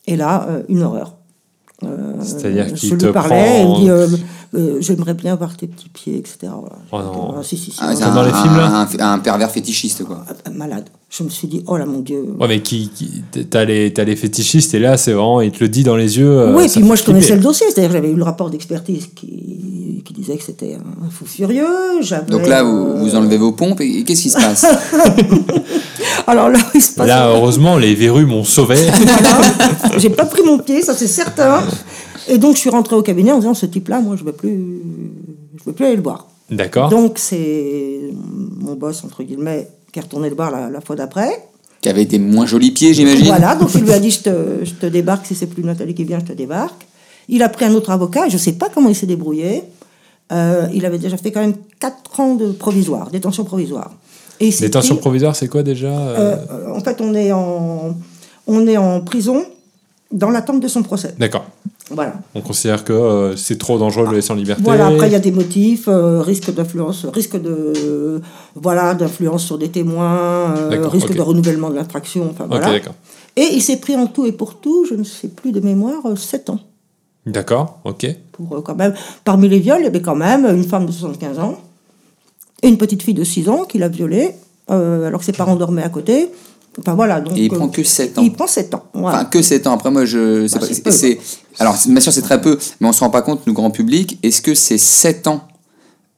Speaker 3: et là, euh, une horreur. Euh,
Speaker 1: C'est-à-dire
Speaker 3: je
Speaker 1: qu'il
Speaker 3: lui
Speaker 1: te
Speaker 3: parlais,
Speaker 1: prend-
Speaker 3: il me dit euh, euh, J'aimerais bien voir tes petits pieds, etc. Voilà.
Speaker 1: Oh non.
Speaker 3: Ah, si, si, si.
Speaker 2: Ah, c'est
Speaker 1: Comme dans les films, là
Speaker 2: un- un, un pervers fétichiste quoi.
Speaker 3: Ah, malade. Je me suis dit, oh là mon Dieu.
Speaker 1: Ouais, mais qui, qui- t'as, les, t'as les fétichistes, et là, c'est vraiment, il te le dit dans les yeux. euh,
Speaker 3: oui,
Speaker 1: ça
Speaker 3: puis
Speaker 1: fait
Speaker 3: moi je
Speaker 1: flipper.
Speaker 3: connaissais le dossier, c'est-à-dire que j'avais eu le rapport d'expertise qui, qui disait que c'était un fou furieux. j'avais-
Speaker 2: Donc là, vous,
Speaker 3: euh,
Speaker 2: vous enlevez vos pompes et, et qu'est-ce qui se
Speaker 3: [LAUGHS]
Speaker 2: passe
Speaker 3: Alors là, il se passe.
Speaker 1: Là, heureusement, les verrues m'ont
Speaker 3: [LAUGHS]
Speaker 1: sauvé.
Speaker 3: Voilà. J'ai pas pris mon pied, ça c'est certain. Et donc je suis rentrée au cabinet en disant, ce type-là, moi je ne veux plus je veux plus aller le voir.
Speaker 1: D'accord.
Speaker 3: Donc c'est mon boss, entre guillemets, qui est retourné le voir la, la fois d'après.
Speaker 2: Qui avait été moins joli pied, j'imagine
Speaker 3: Voilà, donc il lui a dit je te, je te débarque, si c'est plus Nathalie qui vient, je te débarque. Il a pris un autre avocat, je ne sais pas comment il s'est débrouillé. Euh, il avait déjà fait quand même 4 ans de provisoire, détention provisoire. Et il s'est
Speaker 1: Détention
Speaker 3: pris-
Speaker 1: provisoire, c'est quoi déjà euh,
Speaker 3: euh, euh, en fait, on est en, on est en prison dans l'attente de son procès.
Speaker 1: D'accord.
Speaker 3: Voilà.
Speaker 1: On considère que euh, c'est trop dangereux de le laisser en liberté.
Speaker 3: Voilà, après il y a des motifs, euh, risque d'influence, risque de voilà, d'influence sur des témoins, euh,
Speaker 1: D'accord,
Speaker 3: risque
Speaker 1: ok.
Speaker 3: de renouvellement de l'infraction, enfin
Speaker 1: Ok,
Speaker 3: voilà.
Speaker 1: d'accord.
Speaker 3: Et il s'est pris en tout et pour tout, je ne sais plus de mémoire, 7 ans.
Speaker 1: D'accord, ok.
Speaker 3: pour euh, quand même, parmi les viols, il y avait quand même une femme de 75 ans et une petite fille de 6 ans qui l'a violée euh, alors que ses parents dormaient à côté. Enfin voilà, donc
Speaker 2: Et il
Speaker 3: euh,
Speaker 2: prend que 7 ans.
Speaker 3: il prend 7 ans. voilà.
Speaker 2: Enfin, que 7 ans. Après, moi, je sais
Speaker 3: Bah,
Speaker 2: pas.
Speaker 3: c'est peu.
Speaker 2: c'est- alors, c'est- bien sûr, c'est très peu, mais on se rend pas compte, nous, grand public, est-ce que c'est 7 ans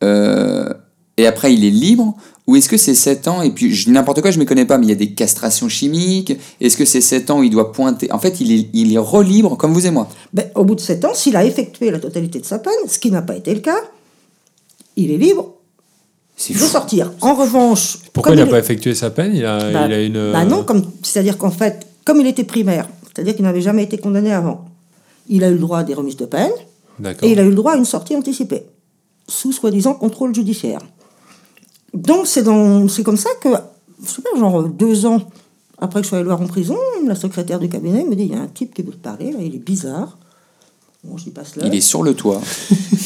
Speaker 2: euh, et après il est libre Ou est-ce que c'est 7 ans et puis je- n'importe quoi, je ne me connais pas, mais il y a des castrations chimiques Est-ce que c'est 7 ans où il doit pointer En fait, il est, il est relibre comme vous et moi.
Speaker 3: Ben, au bout de 7 ans, s'il a effectué la totalité de sa peine, ce qui n'a pas été le cas, il est libre
Speaker 2: C'est
Speaker 3: de
Speaker 2: fou.
Speaker 3: sortir. En revanche,
Speaker 1: Pourquoi
Speaker 3: comme
Speaker 1: il n'a
Speaker 3: est-
Speaker 1: pas effectué sa peine il a,
Speaker 3: Bah,
Speaker 1: il a une. euh,
Speaker 3: bah non, comme- c'est-à-dire qu'en fait, comme il était primaire, c'est-à-dire qu'il n'avait jamais été condamné avant, il a eu le droit à des remises de peine
Speaker 1: D'accord.
Speaker 3: et il a eu le droit à une sortie anticipée, sous soi-disant contrôle judiciaire. Donc c'est dans- c'est comme ça que, je sais pas, genre deux ans après que je sois allé le voir en prison, la secrétaire du cabinet me dit, il y a un type qui veut te parler, là, il est bizarre. Bon, je dis passe là.
Speaker 2: Il est sur le toit.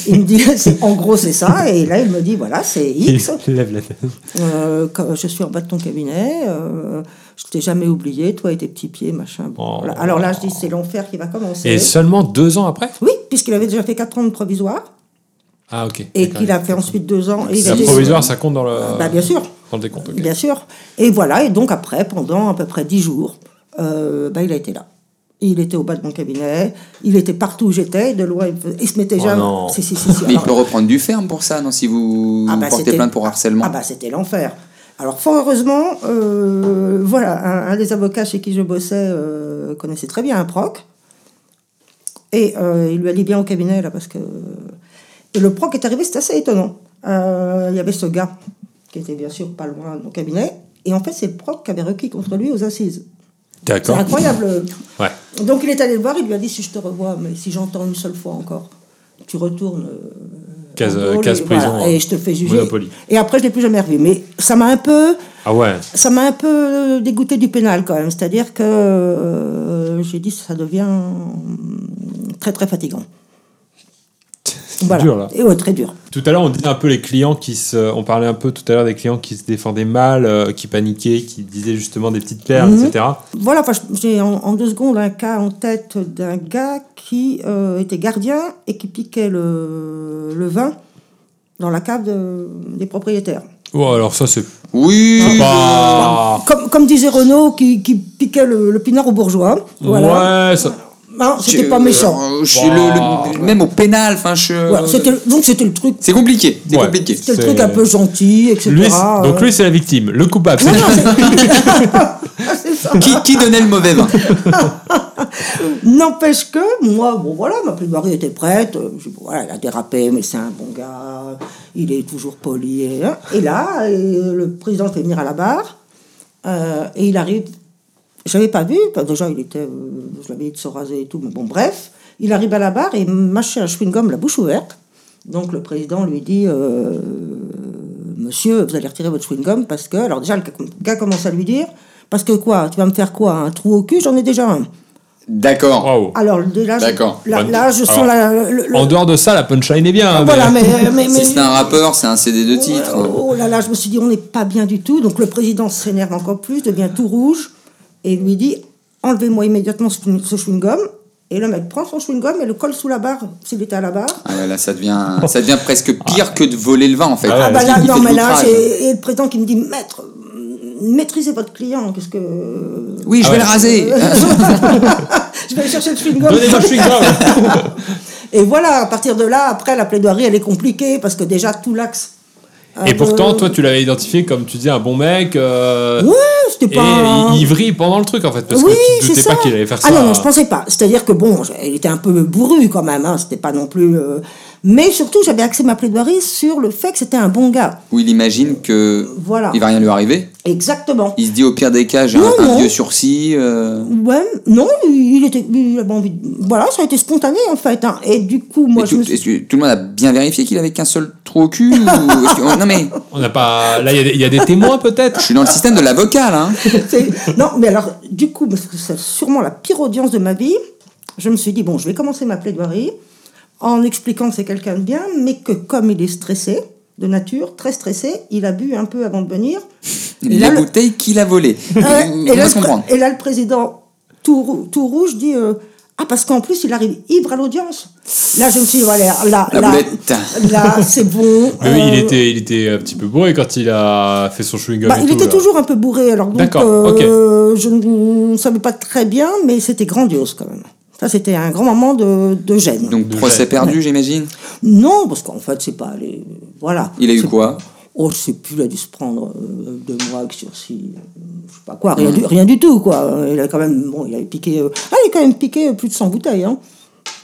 Speaker 3: Il me dit, [LAUGHS] c'est- en gros, c'est ça. Et là, il me dit, voilà, c'est X.
Speaker 1: Il lève la tête.
Speaker 3: Euh, quand je suis en bas de ton cabinet. euh, je t'ai jamais oublié, toi et tes petits pieds, machin. Bon,
Speaker 1: Oh.
Speaker 3: voilà. Alors là, je dis, c'est l'enfer qui va commencer.
Speaker 1: Et seulement deux ans après
Speaker 3: Oui, puisqu'il avait déjà fait 4 ans de provisoire
Speaker 1: Ah, ok.
Speaker 3: et
Speaker 1: D'accord.
Speaker 3: qu'il a fait ensuite 2 ans. Et il
Speaker 1: La
Speaker 3: a dit-
Speaker 1: provisoire, ça compte dans le.
Speaker 3: Bah, bien sûr.
Speaker 1: Dans le décompte, ok.
Speaker 3: Bien sûr. Et voilà, et donc après, pendant à peu près 10 jours, euh, bah, il a été là. Il était au bas de mon cabinet, il était partout où j'étais, de loin, il me faisait- il se mettait
Speaker 1: Oh
Speaker 3: jamais.
Speaker 1: non.
Speaker 3: Si, si, si,
Speaker 1: [LAUGHS]
Speaker 3: si.
Speaker 2: Mais il
Speaker 3: Alors-
Speaker 2: peut reprendre du ferme pour ça, non Si vous
Speaker 3: Ah bah,
Speaker 2: portez
Speaker 3: c'était-
Speaker 2: plainte pour harcèlement.
Speaker 3: Ah bah c'était l'enfer. Alors fort heureusement, euh, voilà, un, un des avocats chez qui je bossais euh, connaissait très bien un proc. Et euh, il lui a dit bien au cabinet là parce que... Et le proc est arrivé, c'est assez étonnant. Euh, Il y avait ce gars qui était bien sûr pas loin de mon cabinet. Et en fait c'est le proc qui avait requis contre lui aux assises. C'est
Speaker 1: D'accord.
Speaker 3: incroyable.
Speaker 1: Ouais.
Speaker 3: Donc il est allé le voir, il lui a dit si je te revois, mais si j'entends une seule fois encore, tu retournes. euh,
Speaker 1: Case-
Speaker 3: en tôle
Speaker 1: case
Speaker 3: et, voilà,
Speaker 1: prison, euh,
Speaker 3: et je te fais juger.
Speaker 1: Monopoly.
Speaker 3: Et après je l'ai plus jamais revu. Mais ça m'a un peu,
Speaker 1: Ah ouais.
Speaker 3: ça m'a un peu euh, dégoûté du pénal quand même. C'est-à-dire que euh, j'ai dit ça devient euh, très très fatigant. Voilà.
Speaker 1: dur, là.
Speaker 3: Et ouais, très dur.
Speaker 1: Tout à l'heure, on disait un peu les clients qui se. On parlait un peu tout à l'heure des clients qui se défendaient mal, euh, qui paniquaient, qui disaient justement des petites perles,
Speaker 3: Mhm.
Speaker 1: etc.
Speaker 3: Voilà, enfin, je- j'ai en, en deux secondes un cas en tête d'un gars qui euh, était gardien et qui piquait le, le vin dans la cave de- des propriétaires.
Speaker 1: Oh, alors ça, c'est
Speaker 2: Oui
Speaker 3: Ah bah,
Speaker 1: c'est pas.
Speaker 3: Comme, comme disait Renaud, qui, qui piquait le, le pinard aux bourgeois. Voilà.
Speaker 1: Ouais, ça.
Speaker 3: Non, c'était
Speaker 2: Je-
Speaker 3: pas méchant.
Speaker 2: euh, je-
Speaker 1: Wow.
Speaker 2: le- le- même au pénal, enfin, je-
Speaker 3: Voilà, c'était- donc c'était le truc,
Speaker 2: c'est compliqué. C'est
Speaker 1: Ouais.
Speaker 2: compliqué.
Speaker 3: c'était le
Speaker 1: C'est-
Speaker 3: truc un peu gentil, etc.
Speaker 1: Lui, c'est- donc
Speaker 3: euh.
Speaker 1: lui, c'est la victime. Le coupable, c'est
Speaker 3: Non, non, c'est- Euh, [LAUGHS] C'est ça.
Speaker 2: Qui, qui donnait le
Speaker 1: [LAUGHS]
Speaker 2: mauvais vin
Speaker 3: N'empêche que, moi, bon voilà, ma plaidoirie était prête, euh, je- voilà, elle a dérapé, mais c'est un bon gars, il est toujours poli. Et, hein. Et là, euh, le président le fait venir à la barre, euh, et il arrive, je l'avais pas vu, enfin, déjà il était, euh, je l'avais dit de se raser et tout, mais bon, bref, il arrive à la barre et mâchait un chewing-gum la bouche ouverte. Donc le président lui dit, euh, monsieur, vous allez retirer votre chewing-gum parce que, alors déjà le gars commence à lui dire, parce que quoi, tu vas me faire quoi, un trou au cul, j'en ai déjà un.
Speaker 2: D'accord.
Speaker 1: Waouh.
Speaker 3: Alors, de là, je-
Speaker 2: D'accord.
Speaker 3: là,
Speaker 1: Bonne-
Speaker 3: là, je sens
Speaker 1: Alors,
Speaker 3: la. le- Ah, le- Ah,
Speaker 1: En dehors de ça, la punchline est bien. hein,
Speaker 3: voilà,
Speaker 1: mais-
Speaker 3: mais. euh, mais- mais-
Speaker 2: Si c'est un rappeur, c'est un CD de titre.
Speaker 3: Oh, là là, je me suis dit, on n'est pas bien du tout. Donc, le président s'énerve encore plus, devient tout rouge et lui dit Enlevez-moi immédiatement ce, ce chewing-gum. Et le mec prend son chewing-gum et le colle sous la barre, s'il était à la barre.
Speaker 2: Ah ouais, là, ça devient, ça devient presque pire que de voler le vin, en fait.
Speaker 1: Ah ouais.
Speaker 3: Ah bah
Speaker 2: Il-
Speaker 3: là,
Speaker 2: il
Speaker 3: non,
Speaker 2: fait de
Speaker 3: mais là,
Speaker 2: l'outrage.
Speaker 3: j'ai- et le président qui me dit Maître, maîtrisez votre client, qu'est-ce que.
Speaker 2: Oui, je
Speaker 1: Ah
Speaker 2: vais
Speaker 1: ouais.
Speaker 2: le
Speaker 3: [LAUGHS]
Speaker 2: raser.
Speaker 3: Je vais aller chercher le
Speaker 1: [LAUGHS]
Speaker 3: chewing-gum.
Speaker 1: Donnez-moi le
Speaker 3: [LAUGHS]
Speaker 1: chewing-gum.
Speaker 3: Et voilà, à partir de là, après, la plaidoirie, elle est compliquée parce que déjà, tout l'axe.
Speaker 1: Et
Speaker 3: euh,
Speaker 1: pourtant, toi, tu l'avais identifié comme tu dis un bon mec. euh,
Speaker 3: Ouais, c'était
Speaker 1: Et
Speaker 3: pas. un-
Speaker 1: il il vrille pendant le truc en fait, parce
Speaker 3: oui,
Speaker 1: que tu te
Speaker 3: c'est
Speaker 1: doutais
Speaker 3: ça.
Speaker 1: pas qu'il allait faire ça.
Speaker 3: Ah non, non, je pensais pas. C'est-à-dire que bon, je- il était un peu bourru quand même, hein, c'était pas non plus. euh, Mais surtout, j'avais axé ma plaidoirie sur le fait que c'était un bon gars.
Speaker 2: Où il imagine que
Speaker 3: Voilà.
Speaker 2: il va rien lui arriver.
Speaker 3: Exactement.
Speaker 2: Il se dit au pire des cas, j'ai un,
Speaker 3: Non,
Speaker 2: un
Speaker 3: non.
Speaker 2: vieux sursis. euh,
Speaker 3: Ouais, non, il était. Il avait envie de- Voilà, ça a été spontané en fait. hein. Et du coup, moi,
Speaker 2: et
Speaker 3: je
Speaker 2: tout,
Speaker 3: me suis-
Speaker 2: est-ce que tout le monde a bien vérifié qu'il avait qu'un seul trou au
Speaker 3: [LAUGHS]
Speaker 2: cul ou- est-ce que- oh, Non mais,
Speaker 1: On n'a pas. Là, il y a des- il y, a des témoins
Speaker 2: je
Speaker 3: [LAUGHS]
Speaker 1: peut-être.
Speaker 2: suis dans le système de l'avocat là. hein.
Speaker 3: C'est- Non, mais alors, du coup, parce que c'est sûrement la pire audience de ma vie, je me suis dit, bon, je vais commencer ma plaidoirie en expliquant que c'est quelqu'un de bien, mais que comme il est stressé, de nature, très stressé, il a bu un peu avant de venir. Et
Speaker 2: Les
Speaker 3: là, le-
Speaker 2: bouteilles qu'il a volées.
Speaker 3: [LAUGHS] Ouais,
Speaker 2: On
Speaker 3: et, là,
Speaker 2: va
Speaker 3: le
Speaker 2: se comprendre.
Speaker 3: pré- et là, le président, tout, rou- tout rouge, dit euh, Ah, parce qu'en plus, il arrive ivre à l'audience. Là, je me suis dit Voilà, là,
Speaker 2: La
Speaker 3: là,
Speaker 2: boulette.
Speaker 3: là, c'est bon.
Speaker 1: Mais oui, il
Speaker 3: euh,
Speaker 1: était, il était un petit peu bourré quand il a fait son chewing gum.
Speaker 3: bah, il était toujours un peu bourré, alors donc
Speaker 1: D'accord,
Speaker 3: euh, je ne savais pas très bien, mais c'était grandiose quand même. Ça, c'était un grand moment de, de gêne.
Speaker 2: Donc,
Speaker 1: De
Speaker 2: procès
Speaker 1: gêne.
Speaker 2: perdu, j'imagine
Speaker 3: non, parce qu'en fait, c'est pas les. Voilà.
Speaker 2: Il a eu
Speaker 3: C'est-
Speaker 2: quoi
Speaker 3: Oh, je sais plus, il a dû se prendre euh, deux mois avec sursis, euh, je sais pas quoi,
Speaker 2: Mhm.
Speaker 3: rien, du, rien du tout, quoi. Euh, Il a quand même, bon, il avait piqué, euh, ah, il a quand même piqué euh, plus de 100 bouteilles, hein.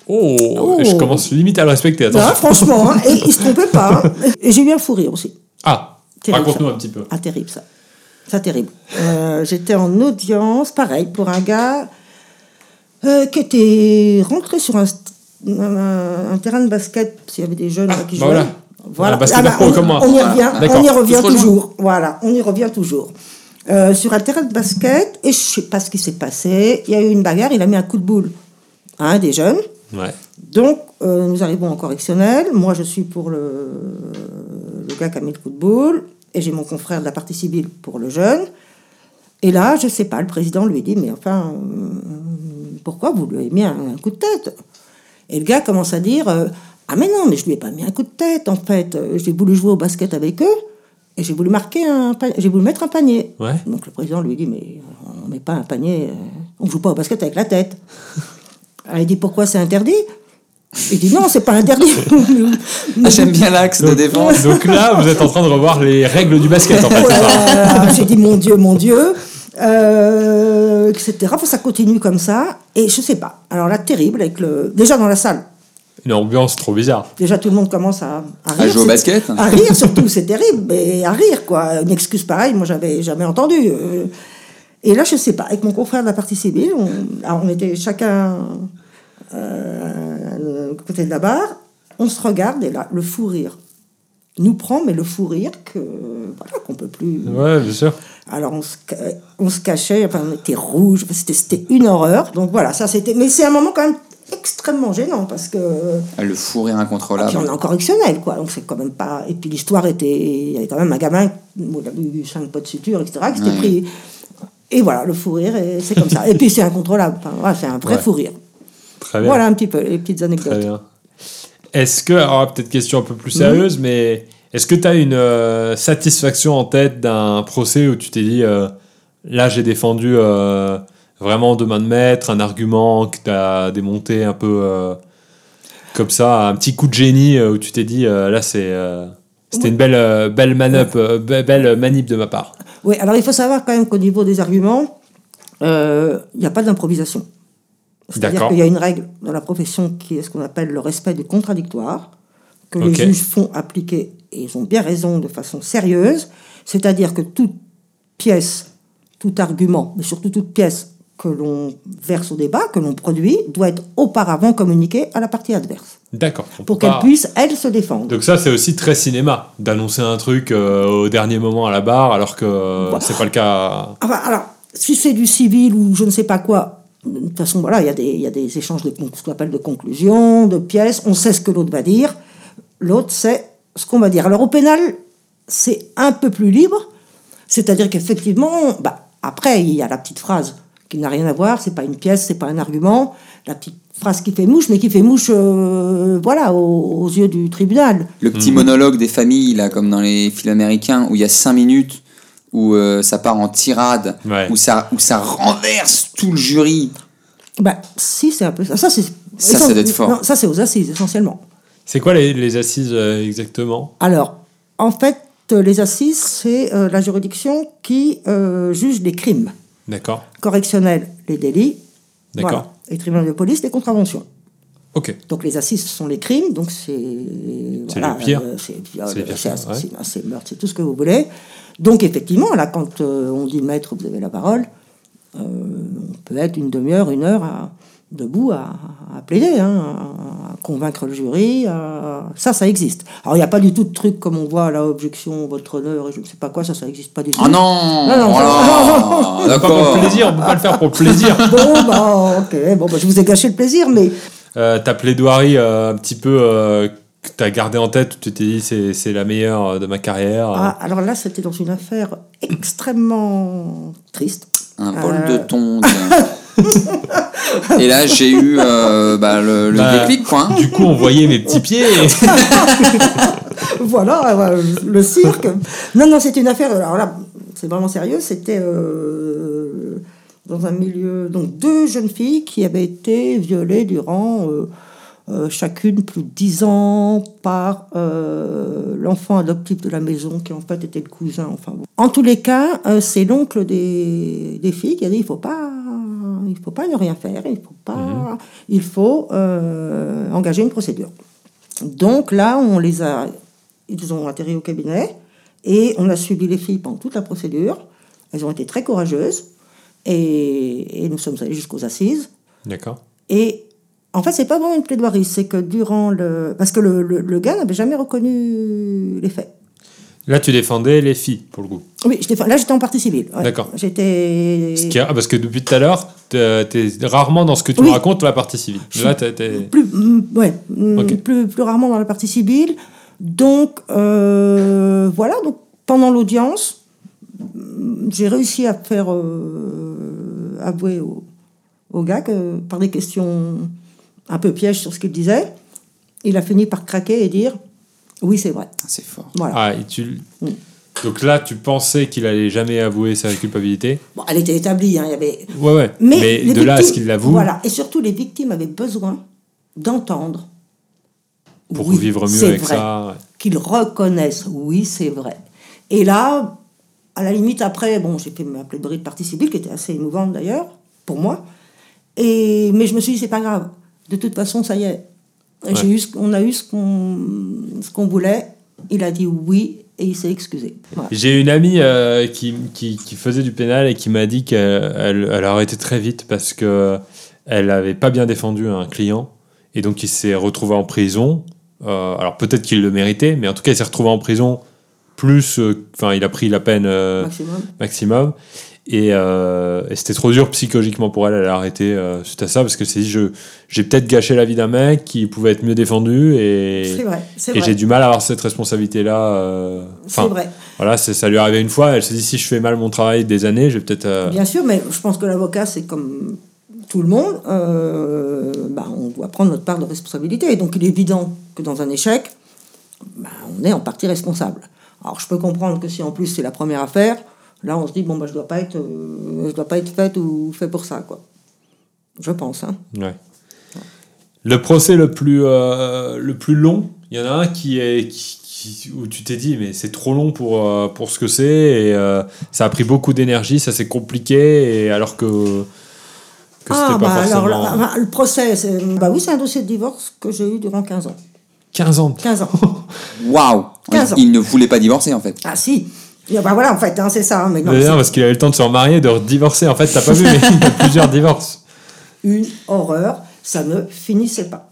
Speaker 1: Oh,
Speaker 3: Oh.
Speaker 1: Je commence limite à le respecter. Attends.
Speaker 3: Hein, franchement, hein. et il se trompait pas. hein.
Speaker 2: [LAUGHS]
Speaker 3: Et j'ai eu un fou rire aussi.
Speaker 1: Ah,
Speaker 3: Terrible,
Speaker 1: raconte-nous
Speaker 3: ça.
Speaker 1: un petit peu.
Speaker 3: Ah, terrible ça. Ça, terrible. Euh, J'étais en audience, pareil, pour un gars euh, qui était rentré sur un, st- un- un terrain de basket, parce qu'il y avait des jeunes là, qui
Speaker 1: Bah
Speaker 3: jouaient. Ah, bah,
Speaker 1: voilà. Un basket pro
Speaker 3: on,
Speaker 1: comme moi. Ah,
Speaker 3: on y revient,
Speaker 1: D'accord.
Speaker 3: on y revient
Speaker 2: On se rejoint.
Speaker 3: toujours. Voilà, on y revient toujours. Euh, sur un terrain de basket, et je sais pas ce qui s'est passé, il y a eu une bagarre, il a mis un coup de boule à un des jeunes.
Speaker 1: Ouais.
Speaker 3: Donc, euh, nous arrivons en correctionnel. Moi, je suis pour le, le gars qui a mis le coup de boule. Et j'ai mon confrère de la partie civile pour le jeune. Et là, je sais pas, le président lui dit, mais enfin, euh, pourquoi vous lui avez mis un, un coup de tête Et le gars commence à dire, euh, ah mais non, mais je lui ai pas mis un coup de tête, en fait. Euh, J'ai voulu jouer au basket avec eux. Et j'ai voulu marquer un pa- j'ai voulu mettre un panier.
Speaker 1: Ouais.
Speaker 3: Donc le président lui dit, mais on met pas un panier, euh, on joue pas au basket avec la tête. Alors, il dit pourquoi c'est interdit Il dit non, c'est pas interdit.
Speaker 2: [LAUGHS] Ah, J'aime bien l'axe de défense.
Speaker 1: [LAUGHS] Donc là, vous êtes en train de revoir les règles du basket, en fait.
Speaker 3: Oh
Speaker 1: c'est
Speaker 3: là
Speaker 1: ça
Speaker 3: là, J'ai dit mon Dieu, mon Dieu, euh, etc. Enfin, ça continue comme ça. Et je sais pas. Alors là, terrible avec le. Déjà dans la salle.
Speaker 1: Une ambiance trop bizarre.
Speaker 3: Déjà, tout le monde commence à, rire.
Speaker 2: jouer au
Speaker 3: C'est-
Speaker 2: basket hein.
Speaker 3: À
Speaker 2: [LAUGHS]
Speaker 3: rire, surtout, c'est terrible, mais à rire, quoi. Une excuse pareille, moi, j'avais jamais entendu. Euh, Et là, je sais pas, avec mon confrère de la partie civile, on, alors, on était chacun euh, à côté de la barre, on se regarde, et là, le fou rire nous prend, mais le fou rire que, voilà, qu'on peut plus...
Speaker 1: Ouais, bien sûr.
Speaker 3: Alors on se, ca- on se cachait, enfin on était rouge, enfin, c'était, c'était une horreur. Donc voilà, ça c'était. Mais c'est un moment quand même extrêmement gênant parce que.
Speaker 2: Ah, le fou rire
Speaker 3: et Ah, puis on
Speaker 1: Ah,
Speaker 2: incontrôlable.
Speaker 3: est en correctionnel quoi, donc c'est quand même pas. Et puis l'histoire était. Il y avait quand même un gamin, où il avait eu 5 pots de suture, etc., qui s'était
Speaker 2: Ouais.
Speaker 3: pris. Et voilà, le fou rire, et c'est comme ça. Et puis c'est incontrôlable, Enfin, voilà, c'est un vrai
Speaker 1: Ouais.
Speaker 3: fou rire.
Speaker 1: Très bien.
Speaker 3: Voilà un petit peu les petites
Speaker 1: Très
Speaker 3: anecdotes.
Speaker 1: bien. Est-ce que, alors peut-être question un peu plus sérieuse, mais est-ce que tu as une euh, satisfaction en tête d'un procès où tu t'es dit, euh, là j'ai défendu euh, vraiment de main de maître, un argument que tu as démonté un peu euh, comme ça, un petit coup de génie euh, où tu t'es dit, euh, là c'est... euh, c'était une belle, euh, belle, manip, belle manip de ma part.
Speaker 3: Oui, alors il faut savoir quand même qu'au niveau des arguments, euh, il n'y a pas d'improvisation. C'est-à-dire
Speaker 1: D'accord.
Speaker 3: qu'il y a une règle dans la profession qui est ce qu'on appelle le respect du contradictoire, que
Speaker 1: Ok.
Speaker 3: les juges font appliquer, et ils ont bien raison de façon sérieuse, c'est-à-dire que toute pièce, tout argument, mais surtout toute pièce que l'on verse au débat, que l'on produit, doit être auparavant communiquée à la partie adverse,
Speaker 1: D'accord. on
Speaker 3: pour
Speaker 1: peut
Speaker 3: qu'elle
Speaker 1: pas-
Speaker 3: puisse, elle, se défendre.
Speaker 1: Donc ça, c'est aussi très cinéma, d'annoncer un truc euh, au dernier moment à la barre, alors que euh,
Speaker 3: Bah.
Speaker 1: c'est pas le cas.
Speaker 3: Ah bah, alors, si c'est du civil ou je ne sais pas quoi, de toute façon, voilà, il y, a des- il y a des échanges de con- ce qu'on appelle de conclusions, de pièces, on sait ce que l'autre va dire, l'autre sait ce qu'on va dire. Alors au pénal, c'est un peu plus libre, c'est-à-dire qu'effectivement, bah, après, il y a la petite phrase qui n'a rien à voir, c'est pas une pièce, c'est pas un argument, la petite phrase qui fait mouche, mais qui fait mouche, euh, voilà, aux, aux yeux du tribunal.
Speaker 2: Le petit
Speaker 1: Hmm.
Speaker 2: monologue des familles, là, comme dans les films américains, où il y a 5 minutes, où euh, ça part en tirade,
Speaker 1: Ouais.
Speaker 2: où, ça, où ça renverse tout le jury.
Speaker 3: Bah, si, c'est un peu ça. Ça, c'est
Speaker 2: Ça, ça doit être fort.
Speaker 3: Non, ça, c'est aux assises, essentiellement.
Speaker 1: C'est quoi les, les assises euh, exactement
Speaker 3: Alors, en fait, euh, les assises, c'est euh, la juridiction qui euh, juge les crimes.
Speaker 1: D'accord.
Speaker 3: Correctionnels, les délits.
Speaker 1: D'accord.
Speaker 3: Et tribunal de police, les contraventions.
Speaker 1: Ok.
Speaker 3: Donc les assises, ce sont les crimes, donc c'est...
Speaker 1: C'est le pire.
Speaker 3: euh, c'est viol,
Speaker 1: C'est le pire,
Speaker 3: c'est
Speaker 1: ouais.
Speaker 3: assassinat, c'est meurtre, c'est tout ce que vous voulez. Donc effectivement, là, quand euh, on dit maître, vous avez la parole, euh, on peut être une demi-heure, une heure à- debout à, à plaider, hein, à convaincre le jury. à- Ça, ça existe. Alors il n'y a pas du tout de truc comme on voit, la objection, votre honneur, et je ne sais pas quoi, ça, ça n'existe pas du tout.
Speaker 1: Ah
Speaker 2: Oh non
Speaker 3: Non, non, [LAUGHS]
Speaker 2: Oh là
Speaker 1: Pas pour
Speaker 2: D'accord
Speaker 1: le plaisir, on peut pas le faire pour le plaisir.
Speaker 3: [LAUGHS] Bon, bah, ok, bon, bah, je vous ai gâché le plaisir, mais...
Speaker 1: Euh, ta plaidoirie euh, un petit peu euh, que t'as gardé en tête, où tu t'es dit c'est c'est la meilleure euh, de ma carrière. euh.
Speaker 3: Ah, alors là, c'était dans une affaire extrêmement triste.
Speaker 2: Un bol
Speaker 3: Euh.
Speaker 2: de tonde. Et là, j'ai eu euh, bah, le, le
Speaker 1: Bah,
Speaker 2: déclic, quoi. hein.
Speaker 1: Du coup, on voyait mes petits
Speaker 3: [LAUGHS]
Speaker 1: pieds.
Speaker 3: voilà, euh, le cirque. Non, non, c'était une affaire. Alors là, c'est vraiment sérieux. C'était euh, dans un milieu. Donc, deux jeunes filles qui avaient été violées durant euh, euh, chacune plus de 10 ans par euh, l'enfant adoptif de la maison, qui en fait était le cousin. Enfin, bon. En tous les cas, euh, c'est l'oncle des, des filles qui a dit il faut pas. Il faut pas ne rien faire, il faut pas, il faut euh, engager une procédure. Donc là, on les a, ils ont atterri au cabinet et on a suivi les filles pendant toute la procédure. Elles ont été très courageuses et, et nous sommes allés jusqu'aux assises.
Speaker 1: D'accord.
Speaker 3: Et en fait, c'est pas vraiment une plaidoirie, c'est que durant le. Parce que le, le- le gars n'avait jamais reconnu les faits.
Speaker 1: Là, tu défendais les filles, pour le coup.
Speaker 3: Oui, j'étais- là j'étais en partie civile. ouais.
Speaker 1: D'accord.
Speaker 3: J'étais.
Speaker 1: Ce qui est- ah, parce que depuis tout à l'heure, t'es t'es rarement dans ce que tu
Speaker 3: Oui.
Speaker 1: racontes la partie civile.
Speaker 3: Je-
Speaker 1: Là, t'es- t'es-
Speaker 3: Plus, mm, ouais, mm,
Speaker 1: Ok.
Speaker 3: plus, plus rarement dans la partie civile. Donc, euh, voilà, donc pendant l'audience, mm, j'ai réussi à faire euh, avouer au, au gars que par des questions un peu pièges sur ce qu'il disait, il a fini par craquer et dire Oui, c'est vrai.
Speaker 2: Ah, C'est fort.
Speaker 3: Voilà.
Speaker 1: Ah, et tu-
Speaker 3: Mm.
Speaker 1: Donc là, tu pensais qu'il allait jamais avouer sa culpabilité.
Speaker 3: Bon, elle était établie, hein, il y avait.
Speaker 1: Ouais, ouais.
Speaker 3: Mais,
Speaker 1: Mais,
Speaker 3: les
Speaker 1: de là à ce
Speaker 3: victimes-
Speaker 1: qu'il l'avoue,
Speaker 3: Voilà, et surtout les victimes avaient besoin d'entendre.
Speaker 1: pour
Speaker 3: Oui,
Speaker 1: vivre mieux
Speaker 3: c'est
Speaker 1: avec
Speaker 3: vrai.
Speaker 1: ça. ouais.
Speaker 3: qu'ils reconnaissent. Oui, c'est vrai. Et là, à la limite, après, bon, j'ai fait ma plaidoirie de partie civile, qui était assez émouvante d'ailleurs, pour moi. Et, mais je me suis dit, c'est pas grave. De toute façon, ça y est. J'ai
Speaker 1: Ouais.
Speaker 3: eu ce- on a eu ce qu'on ce qu'on voulait. Il a dit oui et il s'est excusé. Voilà.
Speaker 1: J'ai une amie euh, qui, qui, qui faisait du pénal et qui m'a dit qu'elle elle, elle a arrêté très vite parce que elle avait pas bien défendu un client et donc il s'est retrouvé en prison. Euh, alors peut-être qu'il le méritait, mais en tout cas il s'est retrouvé en prison plus. euh, Enfin, il a pris la peine euh,
Speaker 3: Maximum.
Speaker 1: maximum. Et, euh, et c'était trop dur psychologiquement pour elle, elle a arrêté euh, suite à ça parce que c'est dit je j'ai peut-être gâché la vie d'un mec qui pouvait être mieux défendu et,
Speaker 3: C'est vrai, c'est
Speaker 1: et j'ai
Speaker 3: vrai.
Speaker 1: du mal à avoir cette responsabilité là. Euh,
Speaker 3: C'est
Speaker 1: enfin,
Speaker 3: vrai.
Speaker 1: voilà, c'est- ça lui est arrivé une fois. Elle se dit si je fais mal mon travail des années, je vais peut-être. euh,
Speaker 3: Bien sûr, mais je pense que l'avocat, c'est comme tout le monde, euh, bah, on doit prendre notre part de responsabilité. Et donc, il est évident que dans un échec, bah, on est en partie responsable. Alors, je peux comprendre que si en plus c'est la première affaire, là, on se dit, bon, bah, je dois pas être, euh, je dois pas être faite ou fait pour ça, quoi. Je pense, hein.
Speaker 1: ouais. Le procès le plus euh, le plus long, il y en a un qui est qui- qui- où tu t'es dit mais c'est trop long pour euh, pour ce que c'est et euh, ça a pris beaucoup d'énergie, ça c'est compliqué et alors que que c'était pas forcément.
Speaker 3: là, Ah, bah, le procès, c'est- bah oui, c'est un dossier de divorce que j'ai eu durant 15 ans.
Speaker 1: 15 ans.
Speaker 3: 15 ans.
Speaker 2: Waouh
Speaker 3: Quinze ans.
Speaker 2: Il ne voulait pas divorcer en fait.
Speaker 3: ah si Et Bah voilà, en fait, hein, c'est ça. hein, mais non,
Speaker 1: D'ailleurs,
Speaker 3: c'est-
Speaker 1: parce qu'il a eu le temps de se remarier, de divorcer. En fait, t'as pas vu, mais il y a plusieurs divorces.
Speaker 3: une horreur, ça ne finissait pas.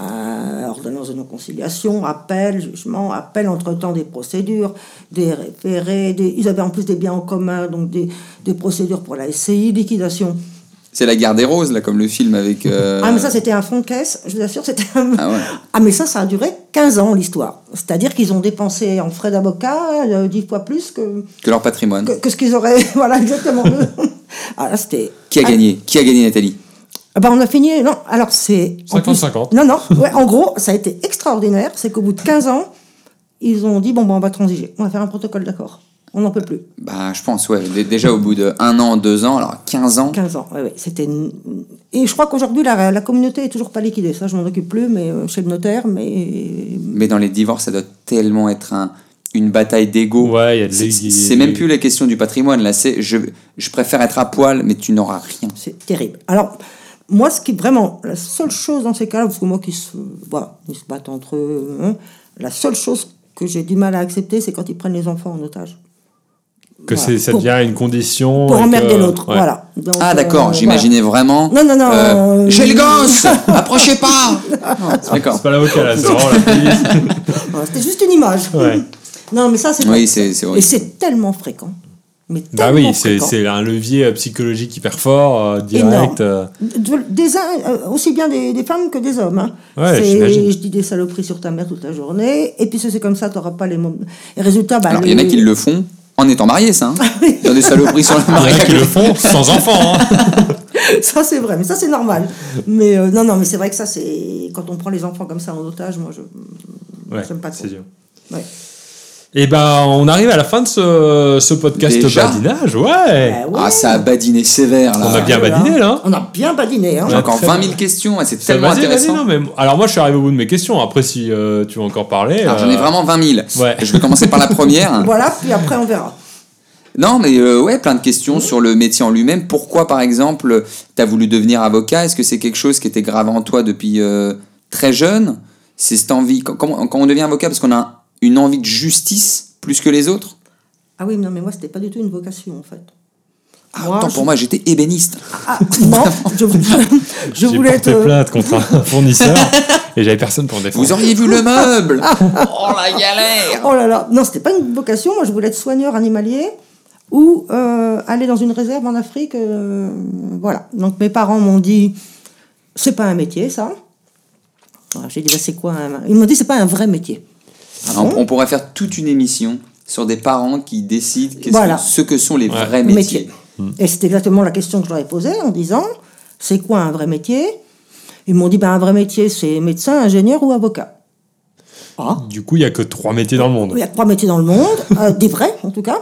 Speaker 3: Euh, ordonnance de non-conciliation, appel, jugement, appel entre-temps des procédures, des référés, des- ils avaient en plus des biens en commun, donc des, des procédures pour la SCI, liquidation.
Speaker 2: C'est la guerre des roses, là, comme le film avec. euh,
Speaker 3: Ah mais ça c'était un fond de caisse, je vous assure, c'était un...
Speaker 2: Ah ouais.
Speaker 3: Ah, mais ça, ça a duré 15 ans l'histoire. C'est-à-dire qu'ils ont dépensé en frais d'avocat euh, 10 fois plus que,
Speaker 2: Que leur patrimoine.
Speaker 3: que, que ce qu'ils auraient... [LAUGHS] voilà, exactement. ah là c'était...
Speaker 2: Qui a gagné Qui a gagné Nathalie
Speaker 3: Ah bah, on a fini, non, alors c'est... en plus-
Speaker 1: 50-50.
Speaker 3: Non, non, ouais, en gros, ça a été extraordinaire, c'est qu'au bout de 15 ans, ils ont dit, bon, bah, on va transiger, on va faire un protocole d'accord, on n'en peut plus.
Speaker 2: Bah, je pense, ouais. Dé- Déjà au bout de un an, deux ans, alors 15 ans.
Speaker 3: 15 ans, ouais, ouais, c'était... une- Et je crois qu'aujourd'hui, la, la communauté est toujours pas liquidée, ça, je m'en occupe plus, mais euh, chez le notaire, mais...
Speaker 2: Mais dans les divorces, ça doit tellement être un- une bataille d'ego.
Speaker 1: Ouais, il y a de
Speaker 2: C'est-
Speaker 1: l'ego.
Speaker 2: C'est même plus la question du patrimoine, là. C'est je, je préfère être à poil, mais tu n'auras rien.
Speaker 3: C'est terrible. Alors, moi, ce qui est vraiment la seule chose dans ces cas-là, parce que moi qui se, voilà, ils se battent entre eux, hein, la seule chose que j'ai du mal à accepter, c'est quand ils prennent les enfants en otage.
Speaker 1: Que
Speaker 3: Voilà.
Speaker 1: c'est ça
Speaker 3: Pour-
Speaker 1: devient une condition.
Speaker 3: Pour
Speaker 1: et que-
Speaker 3: emmerder l'autre,
Speaker 1: ouais.
Speaker 3: voilà. Donc,
Speaker 2: Ah,
Speaker 3: euh,
Speaker 2: d'accord, j'imaginais vraiment.
Speaker 3: Non, non, non,
Speaker 2: euh,
Speaker 3: euh,
Speaker 2: J'ai le
Speaker 3: [LAUGHS]
Speaker 2: gosse Approchez pas D'accord.
Speaker 1: C'est pas l'avocat, là, c'est vraiment la police.
Speaker 3: voilà. C'était juste une image.
Speaker 1: Ouais.
Speaker 3: [LAUGHS] Non, mais ça, c'est...
Speaker 2: Oui, c'est c'est
Speaker 3: Et
Speaker 2: horrible.
Speaker 3: c'est tellement fréquent. Mais
Speaker 1: Bah
Speaker 3: tellement
Speaker 1: oui, c'est
Speaker 3: fréquent.
Speaker 1: c'est un levier euh, psychologique hyper fort, euh,
Speaker 3: Énorme.
Speaker 1: direct. euh,
Speaker 3: De- des uns, euh, aussi bien des, des femmes que des hommes. hein.
Speaker 1: Ouais,
Speaker 3: C'est-
Speaker 1: j'imagine.
Speaker 3: je dis des saloperies sur ta mère toute la journée, et puis si c'est comme ça, t'auras pas les mêmes. Et résultat, bah,
Speaker 2: Alors,
Speaker 3: les-
Speaker 2: il y en a qui le font en étant mariés, ça.
Speaker 3: Ah
Speaker 2: Hein. Il y Ah, a des saloperies
Speaker 3: [LAUGHS]
Speaker 2: sur le
Speaker 1: Il y en a
Speaker 2: mariage.
Speaker 1: qui le font sans enfant. hein.
Speaker 3: Ça, c'est vrai, mais ça, c'est normal. Mais euh, non, non, mais c'est vrai que ça, c'est. Quand on prend les enfants comme ça en otage, moi, je.
Speaker 1: Ouais,
Speaker 3: J'aime pas trop.
Speaker 1: c'est dur.
Speaker 3: Ouais.
Speaker 1: Et ben, on arrive à la fin de ce, ce podcast
Speaker 2: Déjà
Speaker 1: badinage, ouais.
Speaker 3: Bah ouais.
Speaker 2: Ah, ça a badiné sévère là.
Speaker 1: On a bien
Speaker 3: Ah, Voilà.
Speaker 1: badiné là. hein.
Speaker 3: On a bien badiné. Hein.
Speaker 2: J'ai encore
Speaker 1: Très
Speaker 2: 20
Speaker 1: bien.
Speaker 2: 000 questions, ah, c'est
Speaker 1: Ça,
Speaker 2: tellement
Speaker 1: vas-y, vas-y,
Speaker 2: intéressant.
Speaker 1: non, mais alors moi je suis arrivé au bout de mes questions. Après si euh, tu veux encore parler.
Speaker 3: Ah,
Speaker 2: Alors j'en ai
Speaker 1: euh,
Speaker 2: vraiment 20 000.
Speaker 1: Ouais.
Speaker 2: Je vais commencer par la
Speaker 3: [LAUGHS]
Speaker 2: première.
Speaker 3: Voilà, puis après on verra.
Speaker 2: Non, mais euh, ouais, plein de questions sur le métier en lui-même. Pourquoi, par exemple, t'as voulu devenir avocat Est-ce que c'est quelque chose qui était grave en toi depuis euh, très jeune C'est cette envie. Quand, comment- quand on devient avocat, parce qu'on a une envie de justice plus que les autres
Speaker 3: Ah oui, non, mais moi, c'était pas du tout une vocation, en fait.
Speaker 2: ah,
Speaker 3: Moi,
Speaker 2: Autant
Speaker 3: je-
Speaker 2: pour moi, j'étais ébéniste.
Speaker 1: [LAUGHS]
Speaker 3: Ah, non, je, je
Speaker 1: J'ai
Speaker 3: voulais
Speaker 1: porté
Speaker 3: être.
Speaker 1: plainte contre
Speaker 3: [LAUGHS]
Speaker 1: un fournisseur et j'avais personne pour me défendre.
Speaker 2: Vous auriez vu le meuble Oh la galère
Speaker 3: Oh là là, non, c'était pas une vocation. Moi, je voulais être soigneur animalier ou euh, aller dans une réserve en Afrique. euh, voilà. Donc, mes parents m'ont dit c'est pas un métier, ça. Alors, J'ai dit bah, c'est quoi un... Ils m'ont dit c'est pas un vrai métier. Ah
Speaker 2: on, on pourrait faire toute une émission sur des parents qui décident qu'est-ce
Speaker 3: Voilà.
Speaker 2: que- ce que sont les
Speaker 1: Ouais.
Speaker 2: vrais métiers.
Speaker 3: métier.
Speaker 1: Hmm.
Speaker 3: Et c'est exactement la question que je leur ai posée en disant c'est quoi un vrai métier Ils m'ont dit bah, un vrai métier, c'est médecin, ingénieur ou avocat. Ah
Speaker 1: Du coup, il y a que trois métiers dans le monde.
Speaker 3: Il y a trois métiers dans le monde, euh, des vrais en tout cas.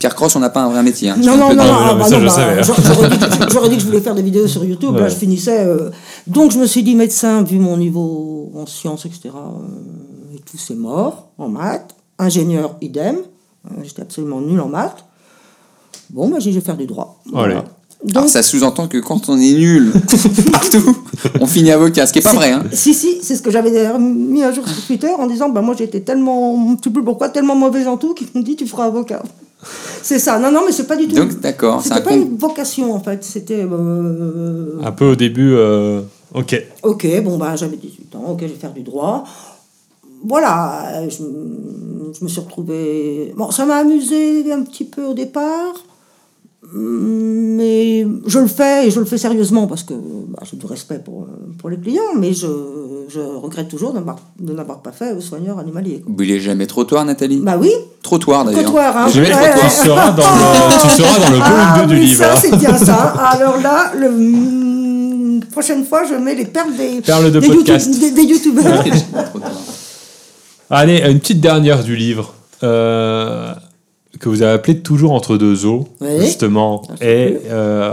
Speaker 2: Pierre Cross, on n'a pas un vrai métier. hein. Je
Speaker 3: Non,
Speaker 2: suis un
Speaker 3: non,
Speaker 2: peu
Speaker 3: non,
Speaker 2: dans-
Speaker 1: Ah,
Speaker 3: ah,
Speaker 1: mais
Speaker 3: bah
Speaker 1: ça,
Speaker 3: non,
Speaker 1: je
Speaker 3: bah,
Speaker 1: savais, hein.
Speaker 3: j'a- j'aurais dit,
Speaker 1: [LAUGHS]
Speaker 3: que- j'aurais dit que je voulais faire des vidéos sur YouTube, là
Speaker 1: Ouais.
Speaker 3: je finissais. euh, donc je me suis dit, médecin, vu mon niveau en sciences, etc., euh, et tout, c'est mort, en maths. Ingénieur, idem. Euh, J'étais absolument nul en maths. Bon, bah, j'ai dit, je vais faire du droit.
Speaker 1: Allez.
Speaker 3: Donc,
Speaker 2: Alors, ça sous-entend que quand on est
Speaker 3: [LAUGHS]
Speaker 2: nul partout, on finit avocat, ce qui est pas
Speaker 3: c'est-
Speaker 2: vrai. Hein.
Speaker 3: Si, si, c'est ce que j'avais d'ailleurs mis un jour sur Twitter en disant bah, Moi j'étais tellement, je sais plus pourquoi, tellement mauvaise en tout qu'ils m'ont dit Tu feras avocat. C'est ça, non, non, mais c'est pas du tout.
Speaker 2: Donc, d'accord, c'est
Speaker 3: C'était
Speaker 2: un
Speaker 3: pas
Speaker 2: con-
Speaker 3: une vocation en fait, c'était. euh,
Speaker 1: Un peu au début, euh, ok.
Speaker 3: Ok, bon, bah, j'avais 18 ans, ok, je vais faire du droit. Voilà, euh, je, je me suis retrouvée. Bon, ça m'a amusé un petit peu au départ, mais je le fais et je le fais sérieusement parce que bah, j'ai du respect pour, euh, pour les clients, mais je, je regrette toujours de n'avoir- de n'avoir pas fait soigneur animalier. quoi.
Speaker 2: Oubliez jamais trottoir, Nathalie.
Speaker 3: Bah oui,
Speaker 2: Trottoir d'ailleurs.
Speaker 3: Trottoir, hein.
Speaker 2: Jamais
Speaker 3: Ouais,
Speaker 2: trottoir.
Speaker 1: Tu seras dans le, tu seras dans le
Speaker 3: Ah,
Speaker 1: volume 2 du
Speaker 3: oui,
Speaker 1: livre.
Speaker 3: ça,
Speaker 1: hein.
Speaker 3: c'est
Speaker 1: [LAUGHS]
Speaker 3: bien ça. Alors là, le mm, prochaine fois, je mets les perles des,
Speaker 1: Perles de
Speaker 3: des, YouTube-
Speaker 1: podcast.
Speaker 3: des- des youtubeurs.
Speaker 2: Jamais
Speaker 3: [LAUGHS]
Speaker 2: trottoir.
Speaker 1: Allez, une petite dernière du livre euh, que vous avez appelé toujours entre deux eaux,
Speaker 3: Oui.
Speaker 1: justement. Et euh,